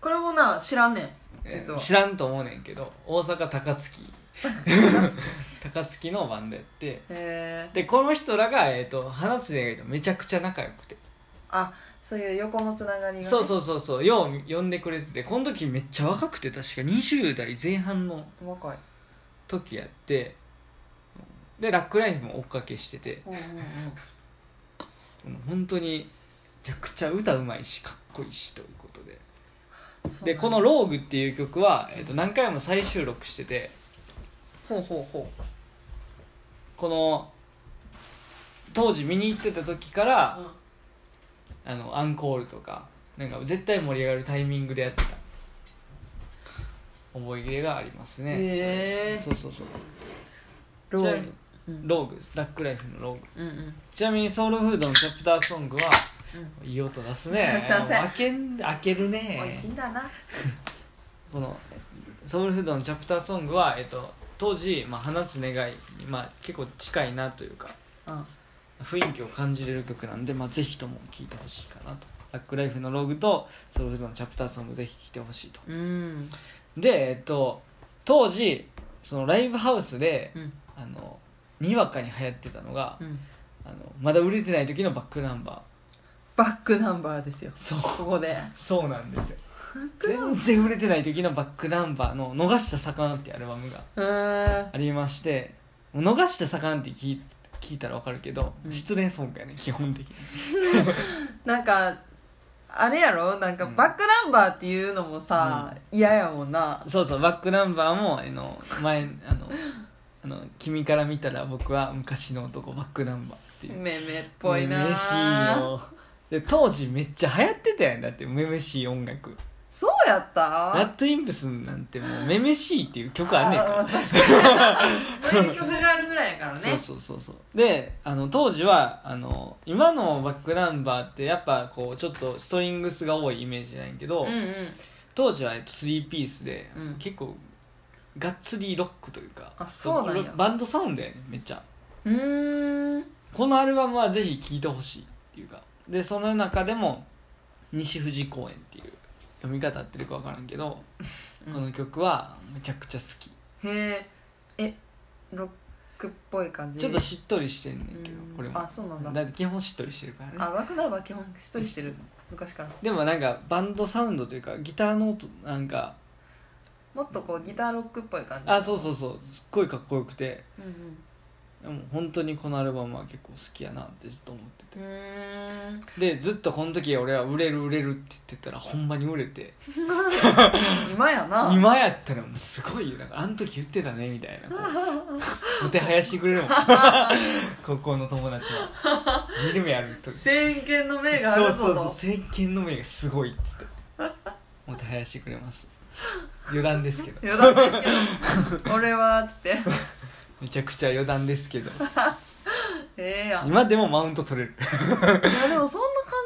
Speaker 2: これもな知らんねん実は
Speaker 1: 知らんと思うねんけど大阪高 槻高槻のバンドやって
Speaker 2: へえ
Speaker 1: でこの人らが、えー、と花つねがいいとめちゃくちゃ仲良くて
Speaker 2: あそういう横のつながりが、ね、
Speaker 1: そうそうそうそうよう呼んでくれててこの時めっちゃ若くて確か20代前半の
Speaker 2: う若い
Speaker 1: 時やってでラックライフも追っかけしてて
Speaker 2: うんうんうん
Speaker 1: もう本当にめちゃくちゃ歌うまいしかっこいいしということで でこの「
Speaker 2: ロ
Speaker 1: ローグ」っていう曲は、えー、と何回も再収録してて
Speaker 2: ほうほうほう
Speaker 1: この当時見に行ってた時から、
Speaker 2: うん
Speaker 1: あのアンコールとかなんか絶対盛り上がるタイミングでやってた思い入れがありますね、
Speaker 2: へえ
Speaker 1: そうそうそう
Speaker 2: ロー
Speaker 1: ち
Speaker 2: グ
Speaker 1: なみに
Speaker 2: うん
Speaker 1: ローグラックライフのローグ
Speaker 2: うんうん
Speaker 1: ちなみにソウルフードのチャプターソングは
Speaker 2: う
Speaker 1: いい音出すね
Speaker 2: すいません
Speaker 1: 開けん開けるね
Speaker 2: 美味しいんだな
Speaker 1: このソウルフードのチャプターソングは、えっと、当時、まあ、放つ願いに、まあ、結構近いなというか
Speaker 2: うん
Speaker 1: 雰囲気を感じれる曲なんで、まあ、ぜひとも聴いてほしいかなと「ラックライフのログ」と「ソウルフードのチャプターソング」ぜひ聴いてほしいと
Speaker 2: うん
Speaker 1: でえっと当時そのライブハウスで
Speaker 2: うん
Speaker 1: あのにわかに流行ってたのが、
Speaker 2: うん
Speaker 1: あのまだ売れてない時のバックナンバー
Speaker 2: バックナンバーですよ
Speaker 1: そう
Speaker 2: ここで
Speaker 1: そうなんですよ全然売れてない時のバックナンバーの「逃した魚」っていうアルバムが
Speaker 2: うーん
Speaker 1: ありまして「もう逃した魚」って聞い聞いたらわかるけど、
Speaker 2: うん
Speaker 1: 失恋ソングやね基本的に
Speaker 2: なんかあれやろなんか
Speaker 1: うん
Speaker 2: バックナンバーっていうのもさ嫌やもんな
Speaker 1: そうそうバックナンバーもあの前あのあの「君から見たら僕は昔の男バックナンバー」っていう
Speaker 2: めめっぽいな
Speaker 1: めめしいよで当時めっちゃ流行ってたやんだってめめしい音楽
Speaker 2: そうやっ
Speaker 1: ラ
Speaker 2: た
Speaker 1: ッドインプスなんてもう「めめしい」っていう曲あんねんから
Speaker 2: あ確かに そういう曲があるぐらいやからね
Speaker 1: そうそうそうそうであの当時はあの今のバックナンバーってやっぱこうちょっとストリングスが多いイメージなんやけど、
Speaker 2: うんうん
Speaker 1: 当時はえっと3ピースで、
Speaker 2: うん
Speaker 1: 結構がっつりロックというか
Speaker 2: あそうなんや
Speaker 1: ロバンドサウンドやねめっちゃ
Speaker 2: うーん
Speaker 1: このアルバムはぜひ聴いてほしいっていうかでその中でも西富士公園っていう読み方合ってるか分からんけど、
Speaker 2: うん
Speaker 1: この曲はめちゃくちゃ好き
Speaker 2: へええロックっぽい感じ
Speaker 1: ちょっとしっとりしてんねんけど、
Speaker 2: うん
Speaker 1: これも
Speaker 2: あそうなん
Speaker 1: だ
Speaker 2: だ
Speaker 1: って基本しっとりしてるからね
Speaker 2: あバックナンバー基本しっとりしてる昔から
Speaker 1: でもなんかバンドサウンドというかギターの音なんか
Speaker 2: もっとこうギターロックっぽい感じ
Speaker 1: あそうそうそうすっごいかっこよくて
Speaker 2: うんうん
Speaker 1: でも本当にこのアルバムは結構好きやなってずっと思って
Speaker 2: うーん
Speaker 1: てでずっとこの時俺は売れる売れるって言ってたらほんまに売れて
Speaker 2: 今やな
Speaker 1: 今やったらもうすごいよなんかあの時言ってたねみたいなこ うもてはやしてくれるもん高校の友達は見る目あると
Speaker 2: 先見の明があ
Speaker 1: そうそう
Speaker 2: るぞ
Speaker 1: そう
Speaker 2: と
Speaker 1: 政権の目がすごいって言ってもてはやしてくれます余談ですけど
Speaker 2: 余談ですけど俺はっつって
Speaker 1: めちゃくちゃ余談ですけど
Speaker 2: ええやんい
Speaker 1: 今でもマウント取れる
Speaker 2: やでもそんな感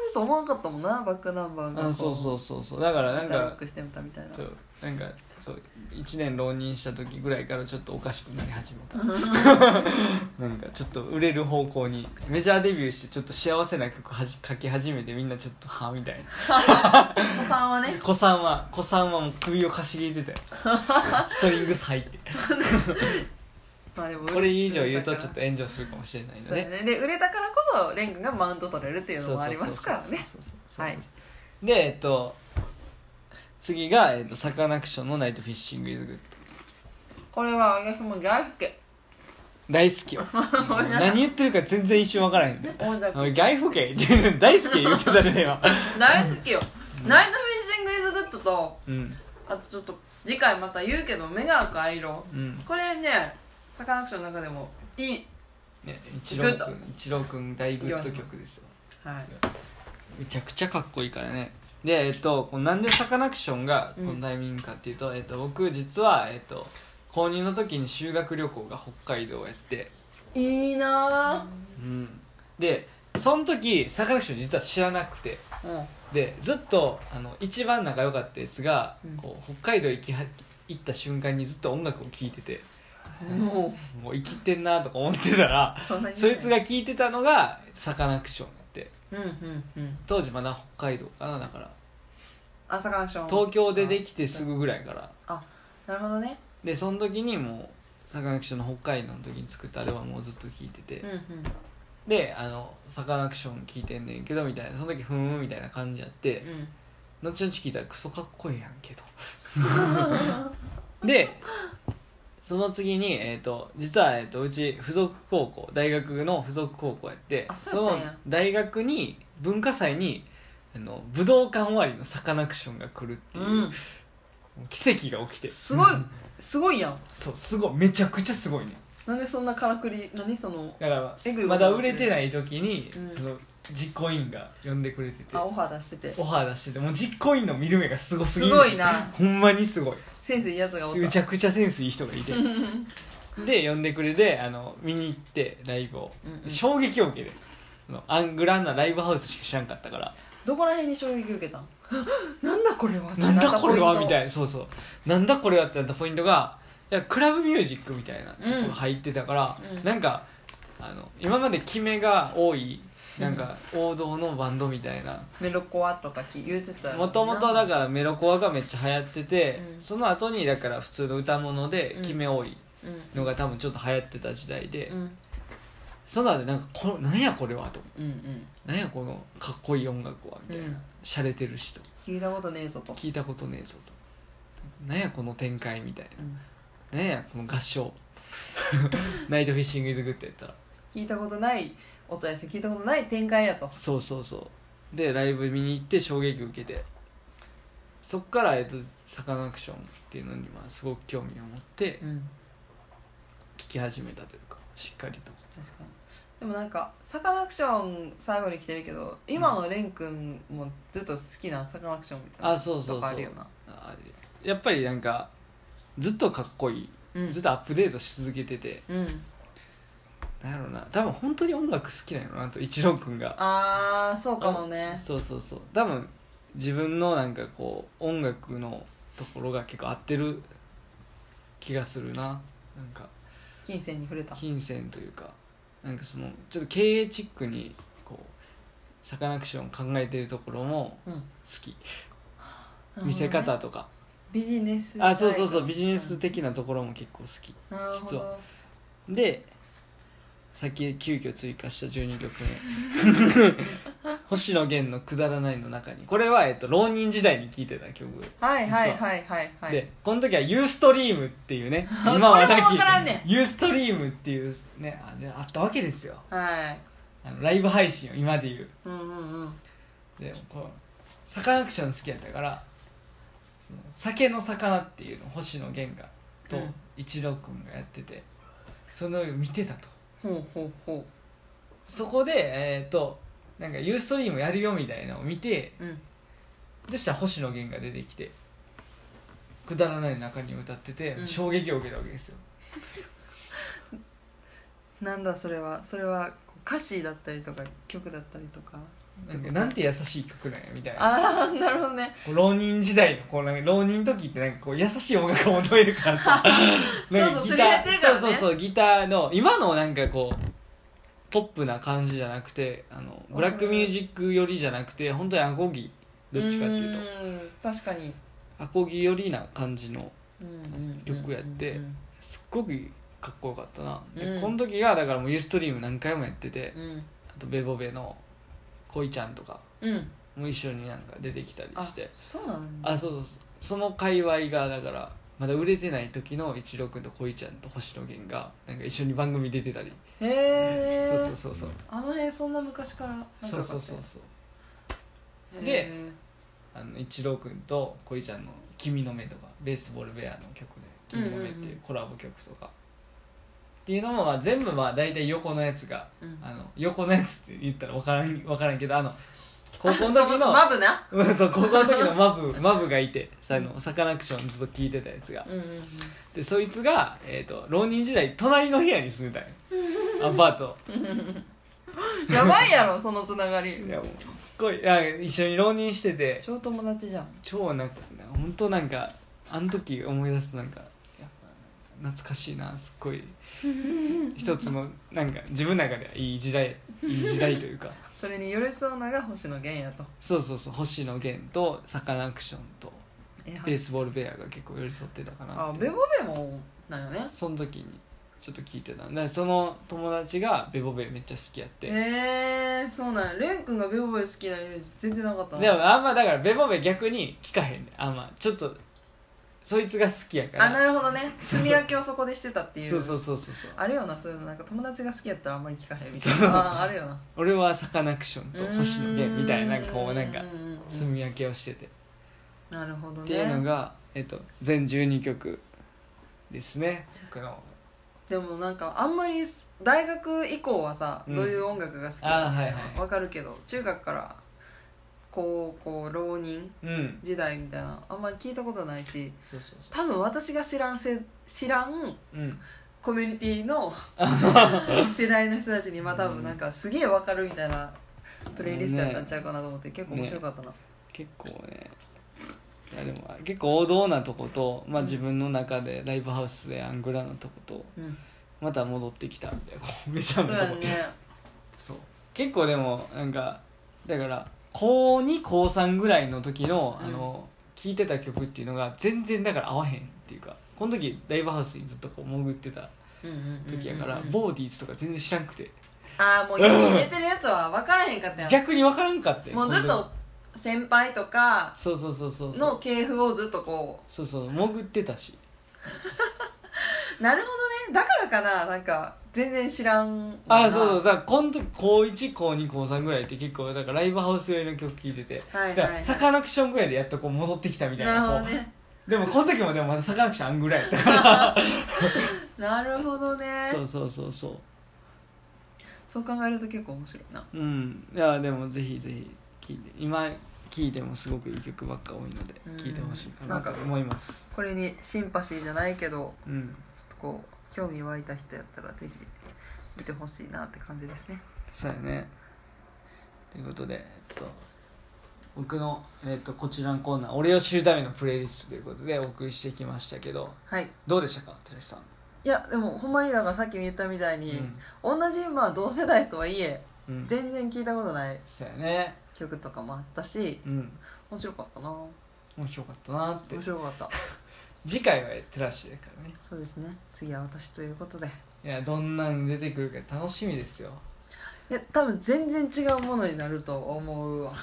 Speaker 2: じと思わなかったもんなバックナンバーが
Speaker 1: あそうそううそうそうだから
Speaker 2: な
Speaker 1: なんん
Speaker 2: かロッ
Speaker 1: か
Speaker 2: クしてみたみたいな
Speaker 1: そうなんかそう1年浪人した時ぐらいからちょっとおかしくなり始めたなんかちょっと売れる方向にメジャーデビューしてちょっと幸せな曲はじ書き始めてみんなちょっとはみたいな
Speaker 2: お子さんはね
Speaker 1: 子さんは子さんはもう首をかしげてたよストリングス入って
Speaker 2: まあでも
Speaker 1: これ以上言うとちょっ
Speaker 2: と
Speaker 1: と炎上するかもしれないん
Speaker 2: そ
Speaker 1: で
Speaker 2: うや
Speaker 1: ね
Speaker 2: ねで売れたからこそレン君がマウント取れるっていうのもありますからね
Speaker 1: そうそうそうそうそう
Speaker 2: はい
Speaker 1: でえっと次が、えっと、サカナクションの「ナイトフィッシング・イズ・グッド
Speaker 2: これは私も大好き」
Speaker 1: 大好きよ何言ってるか全然一瞬分からへんね
Speaker 2: 大
Speaker 1: 「お
Speaker 2: 好
Speaker 1: い
Speaker 2: き
Speaker 1: 外風景」 っていうの大好き言ってたね今
Speaker 2: 大好きよ「ナイトフィッシング・イズ・グッド」と
Speaker 1: うん
Speaker 2: あとちょっと次回また言うけど「目が合うアイロン
Speaker 1: うん」
Speaker 2: これねサカナクションの中でもいい
Speaker 1: ね一郎君一郎君大グッド曲ですよ
Speaker 2: はい
Speaker 1: めちゃくちゃかっこいいからねでえっとこのなんでサカナクションが
Speaker 2: うん
Speaker 1: このタイミングかっていうと、えっと、僕実は、えっと、高2の時に修学旅行が北海道やって
Speaker 2: いいな
Speaker 1: うんでその時サカナクション実は知らなくて
Speaker 2: ぁうん
Speaker 1: でずっとあの一番仲良かったやつが、
Speaker 2: うん
Speaker 1: こう北海道行きは行った瞬間にずっと音楽を聴いてて
Speaker 2: も
Speaker 1: もう生きてんなとか思ってたら
Speaker 2: うそんなに
Speaker 1: そいつが聴いてたのがサカナクションって
Speaker 2: うんうんうん
Speaker 1: 当時まだ北海道かなだから
Speaker 2: 朝カナクション
Speaker 1: 東京でできてすぐぐらいから
Speaker 2: なるほどね
Speaker 1: でその時にもうサカナクションの北海道の時に作ったアルバムをずっと聴いてて、
Speaker 2: うんうん
Speaker 1: であのサカナクション聴いてんねんけどみたいなその時ふーんみたいな感じやって、
Speaker 2: うん
Speaker 1: 後々聞いたらクソかっこええやんけどでその次に、えー、と実は、えー、とうち付属高校大学の付属高校やって
Speaker 2: あそうやったんや
Speaker 1: の大学に文化祭にあの武道館終わりのサカナクションが来るっていう、
Speaker 2: うん
Speaker 1: 奇跡が起きて
Speaker 2: すごいすごいやん
Speaker 1: そうすごいめちゃくちゃすごいね
Speaker 2: なんでそんなからくり何その
Speaker 1: だか
Speaker 2: えぐい
Speaker 1: らまだ売れてない時に、
Speaker 2: うん
Speaker 1: その実行委員が呼んでくれてて
Speaker 2: あオファー出してて
Speaker 1: オファー出しててもう実行委員の見る目がすごす
Speaker 2: す
Speaker 1: ぎる
Speaker 2: ごいな
Speaker 1: ほんまにすごい
Speaker 2: センスいいやつがおった
Speaker 1: めちゃくちゃセンスいい人が いてで呼んでくれてあの見に行ってライブを、
Speaker 2: うんうん
Speaker 1: 衝撃を受けてあのアングランなライブハウスしか知らんかったから
Speaker 2: どこら辺に衝撃受けたんなんだこれは
Speaker 1: なんだこれはみたい
Speaker 2: い
Speaker 1: なそうそうなんだこれはってなったポイントがいやクラブミュージックみたいなところ入ってたから、
Speaker 2: うん
Speaker 1: なんかあの今まで決めが多いなんか王道のバンドみたいな
Speaker 2: メロコアとかき言うてた
Speaker 1: もともとだ
Speaker 2: か
Speaker 1: からメロコアがめっちゃ流行ってて、
Speaker 2: うん
Speaker 1: その後にだから普通の歌物で決め多い
Speaker 2: うん
Speaker 1: のが多分ちょっと流行ってた時代で、
Speaker 2: うん
Speaker 1: その後でなんかこの「なんやこれは」と
Speaker 2: うんうん
Speaker 1: 「なんやこのかっこいい音楽は」みたいな、
Speaker 2: うん
Speaker 1: 洒落てるしと
Speaker 2: 聞いたことねえぞと、
Speaker 1: 聞いたことねえぞと「なんやこの展開」みたいな
Speaker 2: うん
Speaker 1: 「なんやこの合唱」 「ナイトフィッシングイズグッド」やったら
Speaker 2: 聞いたことない音やし聞いたことない展開やと
Speaker 1: そうそうそうでライブ見に行って衝撃を受けてそっから、えっと、サカナクションっていうのにまあすごく興味を持って
Speaker 2: うん
Speaker 1: 聴き始めたというかしっかりと
Speaker 2: 確かにでもなんかサカナクション最後に来てるけど今の蓮くんもずっと好きなサカナクションみたいな
Speaker 1: あそうそうそう
Speaker 2: とかあるよな
Speaker 1: あやっぱりなんかずっとかっこいい、
Speaker 2: うん
Speaker 1: ずっとアップデートし続けてて
Speaker 2: うん
Speaker 1: なんやろうな多分本当に音楽好きなんやろなと一郎君が
Speaker 2: ああそうかもね
Speaker 1: そうそうそう多分自分のなんかこう音楽のところが結構合ってる気がするななんか
Speaker 2: 金銭に触れた
Speaker 1: 金銭というかなんかそのちょっと経営チックにこうサカナクション考えてるところも
Speaker 2: うん
Speaker 1: 好き見せ
Speaker 2: なるほどね
Speaker 1: 方とか、
Speaker 2: ビジネス
Speaker 1: あそうそうそうビジネス的なところも結構好き
Speaker 2: なるほ
Speaker 1: 実
Speaker 2: ど
Speaker 1: はでさっき急遽追加した12曲 目星野源の「くだらない」の中にこれは、えっと、浪人時代に聴いてた曲、
Speaker 2: はいはい
Speaker 1: 実は
Speaker 2: はいはいはい
Speaker 1: でこの時はユーストリームっていうね
Speaker 2: これもわからんね
Speaker 1: ユーストリームっていうねあれあったわけですよ
Speaker 2: はい
Speaker 1: あのライブ配信を今で言う
Speaker 2: うんうんうん
Speaker 1: でこうサカナクション好きやったからその酒の魚っていうの星野源がと
Speaker 2: うん
Speaker 1: 一郎君がやってて、その見てたと
Speaker 2: ほうほうほ
Speaker 1: そこでえっ、となんかユーストリームやるよみたいなのを見て
Speaker 2: ううん
Speaker 1: でしたら星野源が出てきて「くだらない中に歌ってて
Speaker 2: うん
Speaker 1: 衝撃を受けたわけですよ、
Speaker 2: なんだそれはそれは歌詞だったりとか曲だったりとか
Speaker 1: なんかなんて優しい曲なんやみたいな
Speaker 2: ああなるほどね
Speaker 1: こう浪人時代のこうなんか浪人の時ってなんかこう優しい音楽を求めるからさなんか
Speaker 2: そ
Speaker 1: ギ
Speaker 2: うそうそ
Speaker 1: タ
Speaker 2: れや
Speaker 1: ー
Speaker 2: ってるか
Speaker 1: そ
Speaker 2: ら
Speaker 1: う
Speaker 2: ね
Speaker 1: そうそうギターの今のなんかこうポップな感じじゃなくてあのブラックミュージック寄りじゃなくて本当にアコギどっちかっていうと
Speaker 2: ーん確かに
Speaker 1: アコギ寄りな感じの曲
Speaker 2: 曲
Speaker 1: やって
Speaker 2: うん
Speaker 1: すっごくかっこよかったな、で
Speaker 2: うん
Speaker 1: この時がだからもうユーストリーム何回もやってて
Speaker 2: うん
Speaker 1: あとベボベの恋ちゃんとか
Speaker 2: うんうん
Speaker 1: も一緒になんか出てきたり
Speaker 2: あ
Speaker 1: して
Speaker 2: そうなんだ
Speaker 1: あそうそうその界隈がだからまだ売れてない時の一郎君と恋ちゃんと星野源がなんか一緒に番組出てたり、
Speaker 2: へえ
Speaker 1: そうそうそうそう
Speaker 2: あの辺そんな昔からなんかあった
Speaker 1: そうそうそうそう
Speaker 2: へー
Speaker 1: あの一郎君と恋ちゃんの「君の目」とか「ベースボールベア」の曲で「君の目」っていうコラボ曲とか、っていうのもまあ全部まあ大体横のやつが
Speaker 2: うん
Speaker 1: あの横のやつって言ったら分からん分からんけどあの高校の時
Speaker 2: その
Speaker 1: の
Speaker 2: マブな
Speaker 1: うんそう高校の時のマブマブがいてさあのサカナクションずっと聞いてたやつが
Speaker 2: うんうんうん
Speaker 1: でそいつが、えー、と浪人時代隣の部屋に住んで たんよアパート
Speaker 2: やばいやろそのつながり
Speaker 1: いやもうすっごいあ一緒に浪人してて
Speaker 2: 超友達じゃん
Speaker 1: 超なんか本当なんかあの時思い出すとなんかやっぱ懐かしいなすっ ごい一つのなんか自分の中ではいい時代いい時代というか
Speaker 2: それに寄り添うのが星野源やと
Speaker 1: そうそうそう星野源とサカナクションと
Speaker 2: えは
Speaker 1: ベースボールベアが結構寄り添ってたかな
Speaker 2: あ
Speaker 1: って
Speaker 2: ベボベもなんよね
Speaker 1: その時にちょっと聞いてただからその友達がベボベめっちゃ好きやって
Speaker 2: えー、そうなんレン君がベボベ好きなイメージ全然なかったな
Speaker 1: でもあんまだからベボベ逆に聞かへんねあんまちょっとそいつが好きやから
Speaker 2: あなるほどね
Speaker 1: そうそう
Speaker 2: 住み分けをそこでしてたっていう
Speaker 1: そうそうそうそうそう
Speaker 2: あるよなそういうのなんか友達が好きやったらあんまり聞かへんみたいなあーあるよな
Speaker 1: 俺はサカナクションと星野源みたいななんかこうなんか
Speaker 2: ううんうん
Speaker 1: 住み分けをしてて、
Speaker 2: なるほどね
Speaker 1: っていうのが、えっと、全12曲ですねこの
Speaker 2: でもなんかあんまり大学以降はさ、
Speaker 1: うん
Speaker 2: どういう音楽が好き
Speaker 1: あー
Speaker 2: か
Speaker 1: はいはい
Speaker 2: わかるけど中学から高校浪人
Speaker 1: うん
Speaker 2: 時代みたいなあんまり聞いたことないし
Speaker 1: そうそうそ
Speaker 2: 多分私が知らんせ知らん
Speaker 1: ううん
Speaker 2: コミュニテ ィの世代の人たちにまあ多分なんかすげえわかるみたいなプレイリストやったんちゃうかなと思って結構面白かったな、
Speaker 1: 結構ねいやでも結構王道なとこと、まあ、
Speaker 2: うん
Speaker 1: 自分の中でライブハウスでアングラなとこと
Speaker 2: うん
Speaker 1: また戻ってきたみたいなこめちゃ
Speaker 2: そ
Speaker 1: の
Speaker 2: うやね
Speaker 1: そう結構でもなんかだから高2高3ぐらいの時の
Speaker 2: うん
Speaker 1: あの、聴いてた曲っていうのが全然だから合わへんっていうかこの時ライブハウスにずっとこう潜ってた
Speaker 2: うんうんうんうん
Speaker 1: 時やから、ボーディーズとか全然知らんくて
Speaker 2: ああもう家に寝てるやつは分からへんかったやん
Speaker 1: 逆に分からんかって
Speaker 2: もうずっと先輩とか
Speaker 1: そうそうそうそうそ
Speaker 2: の
Speaker 1: う
Speaker 2: 系譜をずっとこ
Speaker 1: そうそう潜ってたし
Speaker 2: うなるほどねだからかななんか全然知らん
Speaker 1: あそうそう
Speaker 2: う
Speaker 1: だからこの時高1高2高3ぐらいって結構だからライブハウス寄りの曲聴いてて、
Speaker 2: は
Speaker 1: だ
Speaker 2: いはい
Speaker 1: か
Speaker 2: は
Speaker 1: ら
Speaker 2: い
Speaker 1: サカナクションぐらいでやっとこう戻ってきたみたい
Speaker 2: なる
Speaker 1: な
Speaker 2: ほど
Speaker 1: こう
Speaker 2: ね
Speaker 1: でもこの時もでもまだサカナクションあんぐらいやった から
Speaker 2: なるほどね
Speaker 1: そうそうそうそ
Speaker 2: そう考えると結構面白いな
Speaker 1: ううんいやでもぜひぜひ聞いて今聴いてもすごくいい曲ばっか多いので
Speaker 2: うん
Speaker 1: 聴いてほしいかなと
Speaker 2: なんか
Speaker 1: 思います
Speaker 2: これにシンパシーじゃないけど
Speaker 1: うん
Speaker 2: ちょっとこう興味湧いた人やったらぜひ見てほしいなって感じですね
Speaker 1: そうやねということでえっと僕の、えっと、こちらのコーナー「俺を知るためのプレイリスト」ということでお送りしてきましたけど
Speaker 2: はい
Speaker 1: どうでしたかテレさん、
Speaker 2: いやでもほんまにだからさっきも言ったみたいに、同じまあ同世代とはいえ
Speaker 1: うん、
Speaker 2: 全然聞いたことない
Speaker 1: そうやね
Speaker 2: 曲とかもあったし
Speaker 1: うん
Speaker 2: 面白かったな
Speaker 1: 面白かったなって
Speaker 2: 面白かった
Speaker 1: 次回はテラシだからね
Speaker 2: そうですね次は私ということで
Speaker 1: いやどんなに出てくるか楽しみですよ
Speaker 2: いや多分全然違うものになると思うわ、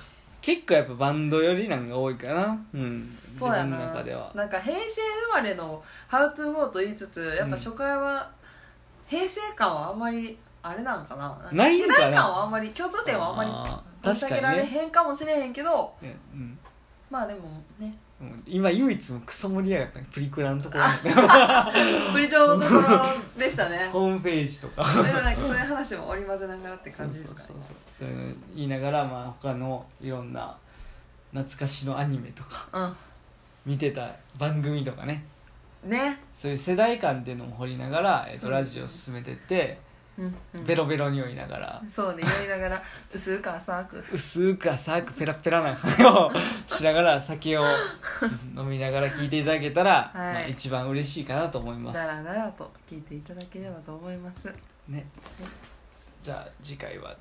Speaker 1: 結構やっぱバンド寄りなんが多いかなうん自
Speaker 2: そうや
Speaker 1: 分の
Speaker 2: な
Speaker 1: 中では
Speaker 2: なんか平成生まれの「How to Go」と言いつつやっぱ初回は、平成感はあんまりあれなんかななんか
Speaker 1: ないん
Speaker 2: 世
Speaker 1: かな
Speaker 2: 代感はあんまり共通点はあんま
Speaker 1: あー
Speaker 2: り申
Speaker 1: 確かに
Speaker 2: し上げ
Speaker 1: ね
Speaker 2: られへんかもしれへんけど、
Speaker 1: いやうん
Speaker 2: まあでもね
Speaker 1: もう今唯一もクソ盛り上がったのプリクラのところなんで
Speaker 2: プ リチョのところでした ねでも
Speaker 1: ホームページとか
Speaker 2: なんかそういう話も織り交ぜながらって
Speaker 1: そう
Speaker 2: 感じで
Speaker 1: そう
Speaker 2: す
Speaker 1: そ
Speaker 2: か
Speaker 1: う
Speaker 2: ね
Speaker 1: そうそういうの言いながら、まあ、他のいろんな懐かしのアニメとか見てた番組とかね
Speaker 2: うんね
Speaker 1: そういう世代間っていうのも掘りながら、えっと
Speaker 2: そう
Speaker 1: ラジオ進めてって、
Speaker 2: うんうん
Speaker 1: ベロベロに酔いながら
Speaker 2: そうねやりながら薄く浅く
Speaker 1: 薄く浅くペラペラな声をしながら酒を飲みながら聞いていただけたら、
Speaker 2: はい
Speaker 1: まあ、一番嬉しいかなと思います
Speaker 2: だらだらと聞いていただければと思います
Speaker 1: ねじゃあ次回は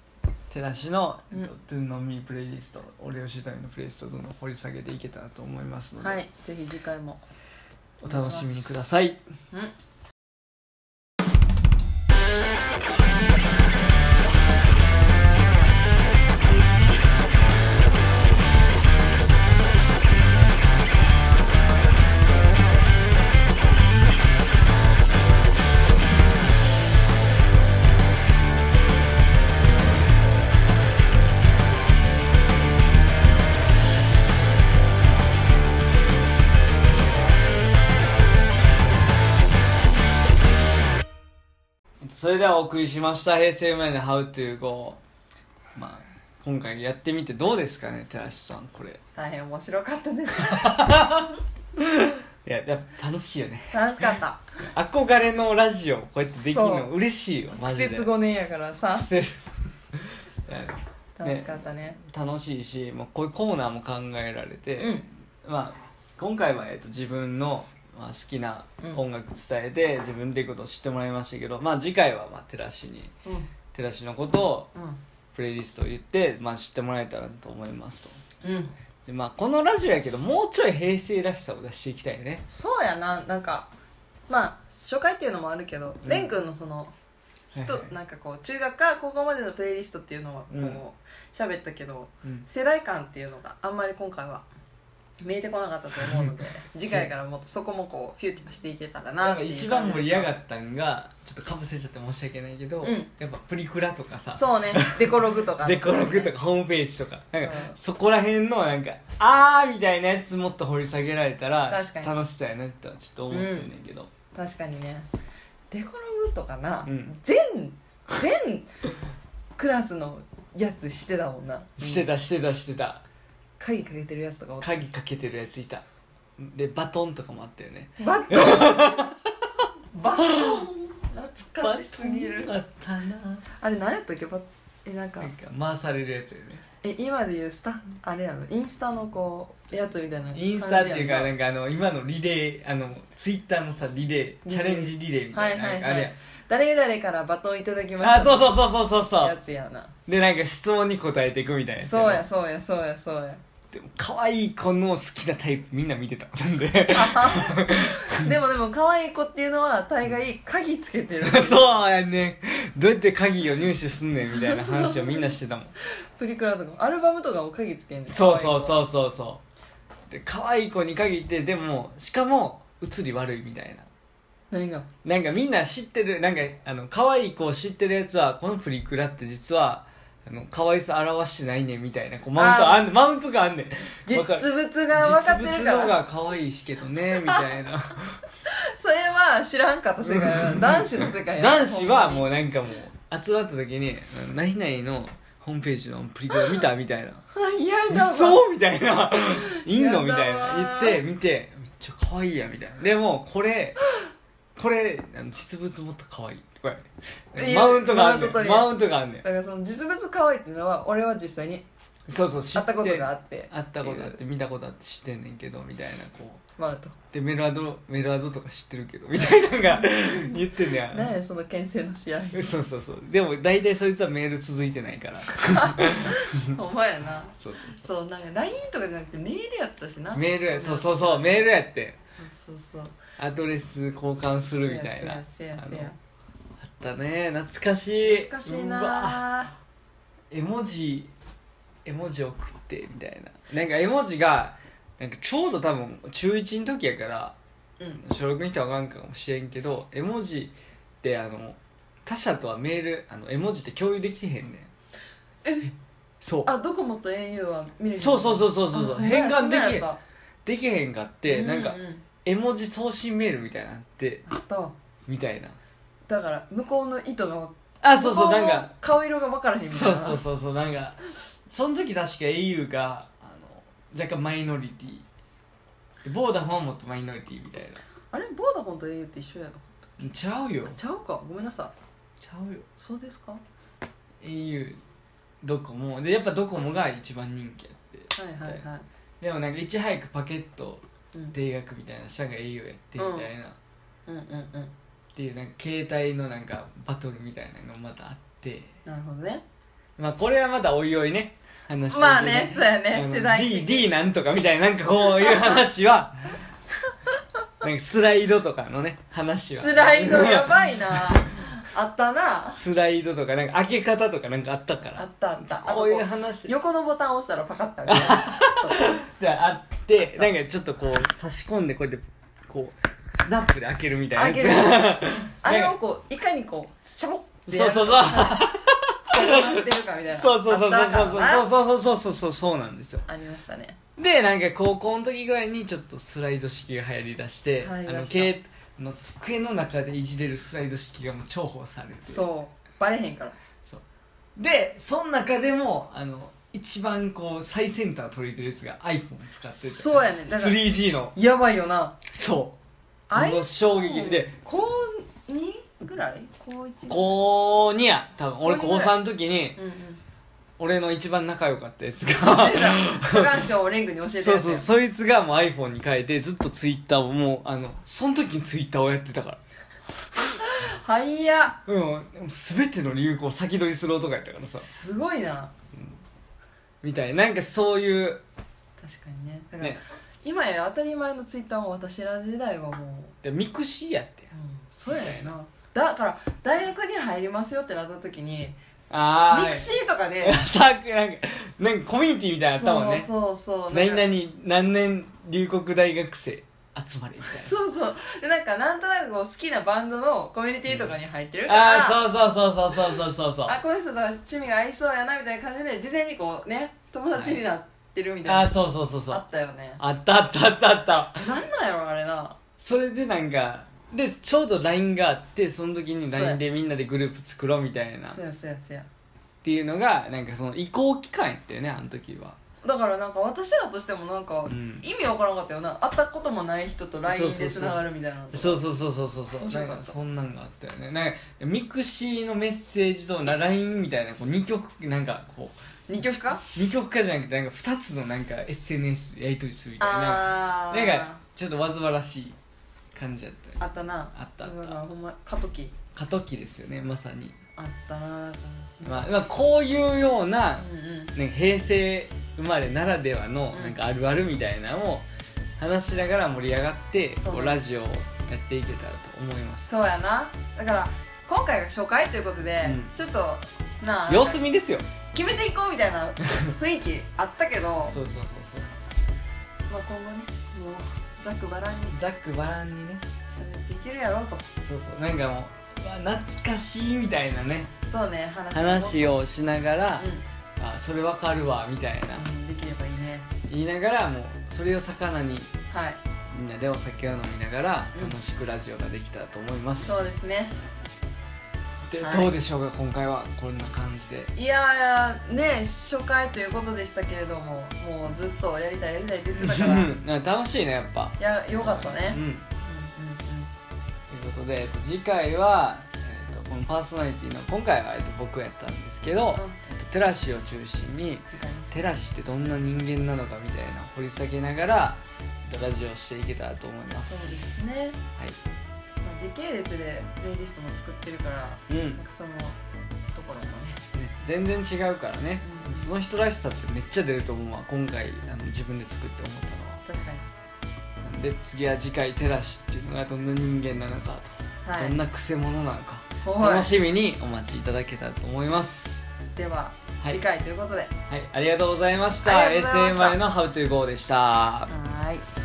Speaker 1: 手出しの「
Speaker 2: うん
Speaker 1: えっとトゥンノミープレイリスト」俺を知るためのプレイリストをどんどん掘り下げていけたらと思いますので、
Speaker 2: はいぜひ次回も
Speaker 1: お楽しみにください。
Speaker 2: うん
Speaker 1: えっとそれではお送りしました「平成生まれの How to Go」まあ今回やってみてどうですかね寺師さんこれ
Speaker 2: 大変面白かった です
Speaker 1: いややっぱ楽しいよね
Speaker 2: 楽しかった
Speaker 1: 憧れのラジオこうやってできる
Speaker 2: そ
Speaker 1: の
Speaker 2: う
Speaker 1: 嬉しいよマ
Speaker 2: 季
Speaker 1: ジで
Speaker 2: 節5年やからさ
Speaker 1: 季節 いや
Speaker 2: 楽しかったね
Speaker 1: 楽しいし、まあ、こういうコーナーも考えられて、
Speaker 2: うん
Speaker 1: まあ、今回は、えっと自分の、まあ、好きな音楽伝えて、自分でいうことを知ってもらいましたけど、まあ、次回は、まあ、テラシに
Speaker 2: うん
Speaker 1: テラシのことを
Speaker 2: う
Speaker 1: プレイリストを言って、まあ、知ってもらえたらと思いますと
Speaker 2: んうん
Speaker 1: で、まあ、このラジオやけどもうちょい平成らしさを出していきたいね
Speaker 2: そうやななんかまあ初回っていうのもあるけど
Speaker 1: うん
Speaker 2: 蓮、くん、のその人、
Speaker 1: はいはい
Speaker 2: なんかこう中学から高校までのプレイリストっていうのはこう
Speaker 1: うん
Speaker 2: 喋ったけど、
Speaker 1: うん
Speaker 2: 世代間っていうのがあんまり今回は見えてこなかったと思う ので次回からもっとそこもこうフューチャーしていけたら
Speaker 1: な
Speaker 2: なんって
Speaker 1: か
Speaker 2: いう
Speaker 1: 一番盛り上が
Speaker 2: っ
Speaker 1: ったんがちょっとかぶせちゃって申し訳ないけど、
Speaker 2: うん
Speaker 1: やっぱプリクラとかさ
Speaker 2: そうねデコログとか
Speaker 1: デコログとかホームページとかなんかそこら辺のなんか「あー」みたいなやつもっと掘り下げられたら
Speaker 2: 確かに
Speaker 1: 楽しそうやなってちょっと思ってんねんけど、
Speaker 2: 確かにねデコログとかな、
Speaker 1: うん
Speaker 2: 全全クラスのやつしてたもんな
Speaker 1: してたしてたしてた
Speaker 2: 鍵かけてるやつとかおった
Speaker 1: 鍵かけてるやついたでバトンとかもあったよね
Speaker 2: バ ットバトン懐かしすぎ
Speaker 1: バ
Speaker 2: る
Speaker 1: トンあったな
Speaker 2: あれ何やったっけバえなんか
Speaker 1: なんか回されるやつよね
Speaker 2: え今で言うスタあれやろインスタのこうやつみたいな感じやん
Speaker 1: インスタっていうかなんかあの今のリレーあのツイッターのさリレーチャレンジリレーみたいな、
Speaker 2: はいはいはい
Speaker 1: あれや
Speaker 2: 誰々からバトンいただきました
Speaker 1: あそうそうそうそうそうそ
Speaker 2: や
Speaker 1: う
Speaker 2: つやな
Speaker 1: でなんか質問に答えていくみたいなやつ
Speaker 2: そうやそうやそうやそうや
Speaker 1: でも可愛い子の好きなタイプみんな見てたなんで
Speaker 2: でもでも可愛い子っていうのは大概鍵つけてる
Speaker 1: そうやねんどうやって鍵を入手すんねんみたいな話をみんなしてたもん
Speaker 2: プリクラとかアルバムとかも鍵つけんねん
Speaker 1: そうそう
Speaker 2: う
Speaker 1: そうそうそうで可愛い子に限ってでもしかも移り悪いみたいな
Speaker 2: 何が
Speaker 1: なんかみんな知ってるなんかあの可愛い子を知ってるやつはこのプリクラって実はあの可愛さ表してないねんみたいなこうマウントあんマウントがあんねん
Speaker 2: 実
Speaker 1: わかる
Speaker 2: 物が分
Speaker 1: 実
Speaker 2: かって
Speaker 1: 物
Speaker 2: るか
Speaker 1: の方
Speaker 2: ら
Speaker 1: が可愛いしけどねみたいな
Speaker 2: それは知らんかった世界だ男子の世界や
Speaker 1: 男子はも
Speaker 2: う
Speaker 1: うなんかもう集まった時に「何々のホームページのプリクラ見た?」みたいな
Speaker 2: 嫌
Speaker 1: 「
Speaker 2: だわ
Speaker 1: 嘘?」みたいな「いんの?」み
Speaker 2: やだわ
Speaker 1: たいな言って見て「めっちゃ可愛いや」みたいなでもこれこれあの実物もっと可愛いこれ
Speaker 2: いや
Speaker 1: マウントがあんねん
Speaker 2: マウント取り合う
Speaker 1: マウントがあんねん
Speaker 2: だからその実物可愛いっていうのは俺は実際に
Speaker 1: そうそう知
Speaker 2: 会
Speaker 1: っ
Speaker 2: ってたことがあって
Speaker 1: 会ったことあって見たことあって知ってんねんけどみたいなこう
Speaker 2: マウント
Speaker 1: でメルアドメルアドとか知ってるけどみたいなのが言ってんねん
Speaker 2: 何やその牽制の試合
Speaker 1: そうそうそうでも大体そいつはメール続いてないから
Speaker 2: ほんまやな
Speaker 1: そうそうそ
Speaker 2: そうなんか LINE とかじゃなくてメールやったしな
Speaker 1: うメールやそうそうそうメールやって
Speaker 2: そうそう
Speaker 1: アドレス交換するみたいなあ
Speaker 2: せやせやせや
Speaker 1: ったね懐かしい
Speaker 2: 懐かしいう
Speaker 1: わ
Speaker 2: なぁ
Speaker 1: 絵文字絵文字送ってみたいななんか絵文字がなんかちょうど多分中1の時やから
Speaker 2: うん
Speaker 1: 小6の人は分からんかもしれんけど絵文字ってあの他者とはメールあの絵文字って共有できてへんねんえそう
Speaker 2: あドコモと au は見れる
Speaker 1: そうそうそううそうそうそう変換できへんできへんかって、なんか絵文字送信メールみたいなのあって
Speaker 2: あったわ
Speaker 1: みたいな
Speaker 2: だから向こうの意図が
Speaker 1: あそうそう
Speaker 2: 向
Speaker 1: な
Speaker 2: この
Speaker 1: んか
Speaker 2: 顔色が分からへんみたい
Speaker 1: そう
Speaker 2: な
Speaker 1: そうそうそうなんかその時確か au があの若干マイノリティでボーダフォンもっとマイノリティみたい
Speaker 2: あれボーダフォンと au って一緒やの
Speaker 1: なちゃうよ
Speaker 2: ちゃうかごめんなさい
Speaker 1: ちゃうよ
Speaker 2: そうですかは
Speaker 1: au ドコモでやっぱドコモが一番人気やって
Speaker 2: いはいはい
Speaker 1: でもなんかいち早くパケット
Speaker 2: うん
Speaker 1: 定額みたいな社が au やってみたいな、っ
Speaker 2: うんうんうん
Speaker 1: ていうなんか携帯のなんかバトルみたいなのもまたあって
Speaker 2: なるほどね
Speaker 1: まあこれはまだおいおいね話して
Speaker 2: まあねそうや
Speaker 1: あ
Speaker 2: ね
Speaker 1: の
Speaker 2: 世代
Speaker 1: D,
Speaker 2: 的
Speaker 1: D なんとかみたいななんかこういう話はなんかスライドとかのね話は
Speaker 2: スライドや ばいなあったな
Speaker 1: スライドとかなんか開け方とかなんかあったか
Speaker 2: あっ
Speaker 1: ら
Speaker 2: たあった
Speaker 1: こういう
Speaker 2: あとこ
Speaker 1: 話
Speaker 2: う横のボタン押したらパカッて開ける
Speaker 1: があってなんかちょっとこう差し込んでこうやってこうスナップで開けるみたいなやつ
Speaker 2: あれをこういかにこうシャボッてや
Speaker 1: そう
Speaker 2: る
Speaker 1: そうそう
Speaker 2: してるかみたいな
Speaker 1: そうそうそうそう
Speaker 2: あったからな
Speaker 1: そうそうそうそうそうそうそうなんですよ
Speaker 2: ありましたね
Speaker 1: でなんか高校の時ぐらいにちょっとスライド式が流行りだして
Speaker 2: 流
Speaker 1: あ
Speaker 2: 行りだ
Speaker 1: の
Speaker 2: した
Speaker 1: 携あの机の中でいじれるスライド式がもう重宝されて
Speaker 2: そうバレへんから
Speaker 1: そうでその中でもあの一番こう最先端を取り入れてるやつが iPhone を使ってて
Speaker 2: そうやねだから
Speaker 1: 3G の
Speaker 2: やばいよな
Speaker 1: そうこの衝撃で
Speaker 2: iPhone 高2ぐらい高1
Speaker 1: 高2や多分俺
Speaker 2: 高
Speaker 1: 高
Speaker 2: 二ぐらい
Speaker 1: 3の時に
Speaker 2: う んうん
Speaker 1: 俺の一番仲良かったやつ
Speaker 2: あ
Speaker 1: が
Speaker 2: れだ不願書をレングに教えて
Speaker 1: そうそうそいつがもう iPhone に変えてずっと Twitter をもうあのその時に Twitter をやってたから
Speaker 2: はいや
Speaker 1: うん、全ての流行を先取りする男やったからさ
Speaker 2: すごいな
Speaker 1: みたいななんかそういう
Speaker 2: 確かにねだから
Speaker 1: ね
Speaker 2: 今や当たり前のツイッターも私ら時代はもう
Speaker 1: でミクシーやって
Speaker 2: うんそうやねんなだから大学に入りますよってなった時に
Speaker 1: あ
Speaker 2: ミクシーとかで
Speaker 1: ー サークルなんかなんかコミュニティみたいなのあったもんね
Speaker 2: そうそうそうなんか
Speaker 1: 何々何年留国大学生集まれみたい
Speaker 2: そうそうでなんかなんとなくこう好きなバンドのコミュニティとかに入ってるか
Speaker 1: な
Speaker 2: ら、
Speaker 1: ああーそうそうそうそうそうそうそう
Speaker 2: あこの人と趣味が合いそうやなみたいな感じで事前にこうね友達になってるみたいな、
Speaker 1: あーそうそうそうそ
Speaker 2: あ
Speaker 1: う
Speaker 2: ったよね
Speaker 1: あったあったあったあった
Speaker 2: なんなんやろあれな
Speaker 1: それでなんかでちょうど LINE があってその時に
Speaker 2: そうや
Speaker 1: LINE でみんなでグループ作ろうみたいなっ
Speaker 2: そうやそうやそうや
Speaker 1: ていうのがなんかその移行期間やったよねあの時は
Speaker 2: だからなんか私らとしてもなんか、
Speaker 1: うん
Speaker 2: 意味わからんかったよな会ったこともない人と LINE
Speaker 1: そ
Speaker 2: で
Speaker 1: うそうそう
Speaker 2: つながるみたいなのとか
Speaker 1: そうそうそうそうそうそう
Speaker 2: 面
Speaker 1: な
Speaker 2: 白
Speaker 1: ん
Speaker 2: かった
Speaker 1: かそんなんがあったよねなんかミクシーのメッセージとな LINE みたいなこう2曲なんかこ
Speaker 2: 二曲か
Speaker 1: う2曲化じゃなくてなんか2つのなんか SNS やり取りするみたいな
Speaker 2: あ
Speaker 1: な
Speaker 2: ー
Speaker 1: んかちょっとわずわらしい感じやったよ
Speaker 2: あったな
Speaker 1: あったあった
Speaker 2: だからほんま過渡期
Speaker 1: 過渡期ですよねまさに、
Speaker 2: あったな
Speaker 1: まあまあ、こういうような、
Speaker 2: うんうん
Speaker 1: ね、平成生まれならではの
Speaker 2: うん
Speaker 1: なんかあるあるみたいなのを話しながら盛り上がって、
Speaker 2: そう
Speaker 1: こうラジオをやっていけたらと思います
Speaker 2: そうやなだから今回が初回ということで、
Speaker 1: うん
Speaker 2: ちょっとなあ
Speaker 1: 様子見ですよ
Speaker 2: 決めていこうみたい な雰囲気あったけどまあ
Speaker 1: そうそうそうそう
Speaker 2: 今後ねもうざっくばらんに
Speaker 1: ざっくばらんにね
Speaker 2: 喋っていけるやろうと
Speaker 1: そうそうなんかもううわ懐かしいみたいなね
Speaker 2: そうね話も
Speaker 1: 話をしながら、
Speaker 2: う、
Speaker 1: あそれわかるわみたいなん
Speaker 2: うん、できればいいね
Speaker 1: 言いながらもうそれを魚に
Speaker 2: はい
Speaker 1: みんなでお酒を飲みながら
Speaker 2: うん
Speaker 1: 楽しくラジオができたらと思います、
Speaker 2: そうですね
Speaker 1: で
Speaker 2: はい
Speaker 1: どうでしょうか今回はこんな感じで
Speaker 2: いやーね初回ということでしたけれどももうずっとやりたいやりたいって言ってたから
Speaker 1: なんか楽しいねやっぱ
Speaker 2: いやよかったね、
Speaker 1: うん、
Speaker 2: う
Speaker 1: ということで、えっと、次回は、えっと、このパーソナリティの今回は、えっと、僕やったんですけど、
Speaker 2: ん
Speaker 1: えっと、テラシを中心に
Speaker 2: んうんうん
Speaker 1: テラシってどんな人間なのかみたいな掘り下げながら、えっと、ラジオしていけたらと思いま
Speaker 2: そうですすね、
Speaker 1: はい
Speaker 2: まあ、時系列でプレイリストも作ってるから
Speaker 1: うん
Speaker 2: なんかそのところもね
Speaker 1: ね、全然違うからね、
Speaker 2: うん
Speaker 1: その人らしさってめっちゃ出ると思うわ今回あの自分で作って思ったのは
Speaker 2: 確かに
Speaker 1: なんで次は次回テラシっていうのがどんな人間なのかと、
Speaker 2: はい
Speaker 1: どんなくせ者なのか
Speaker 2: はい
Speaker 1: 楽しみにお待ちいただけたらと思います
Speaker 2: では、
Speaker 1: はい
Speaker 2: 次回ということでは
Speaker 1: はいありがとうございました
Speaker 2: ありがとうございま
Speaker 1: SM
Speaker 2: した
Speaker 1: までの「How to Go」でした
Speaker 2: ーい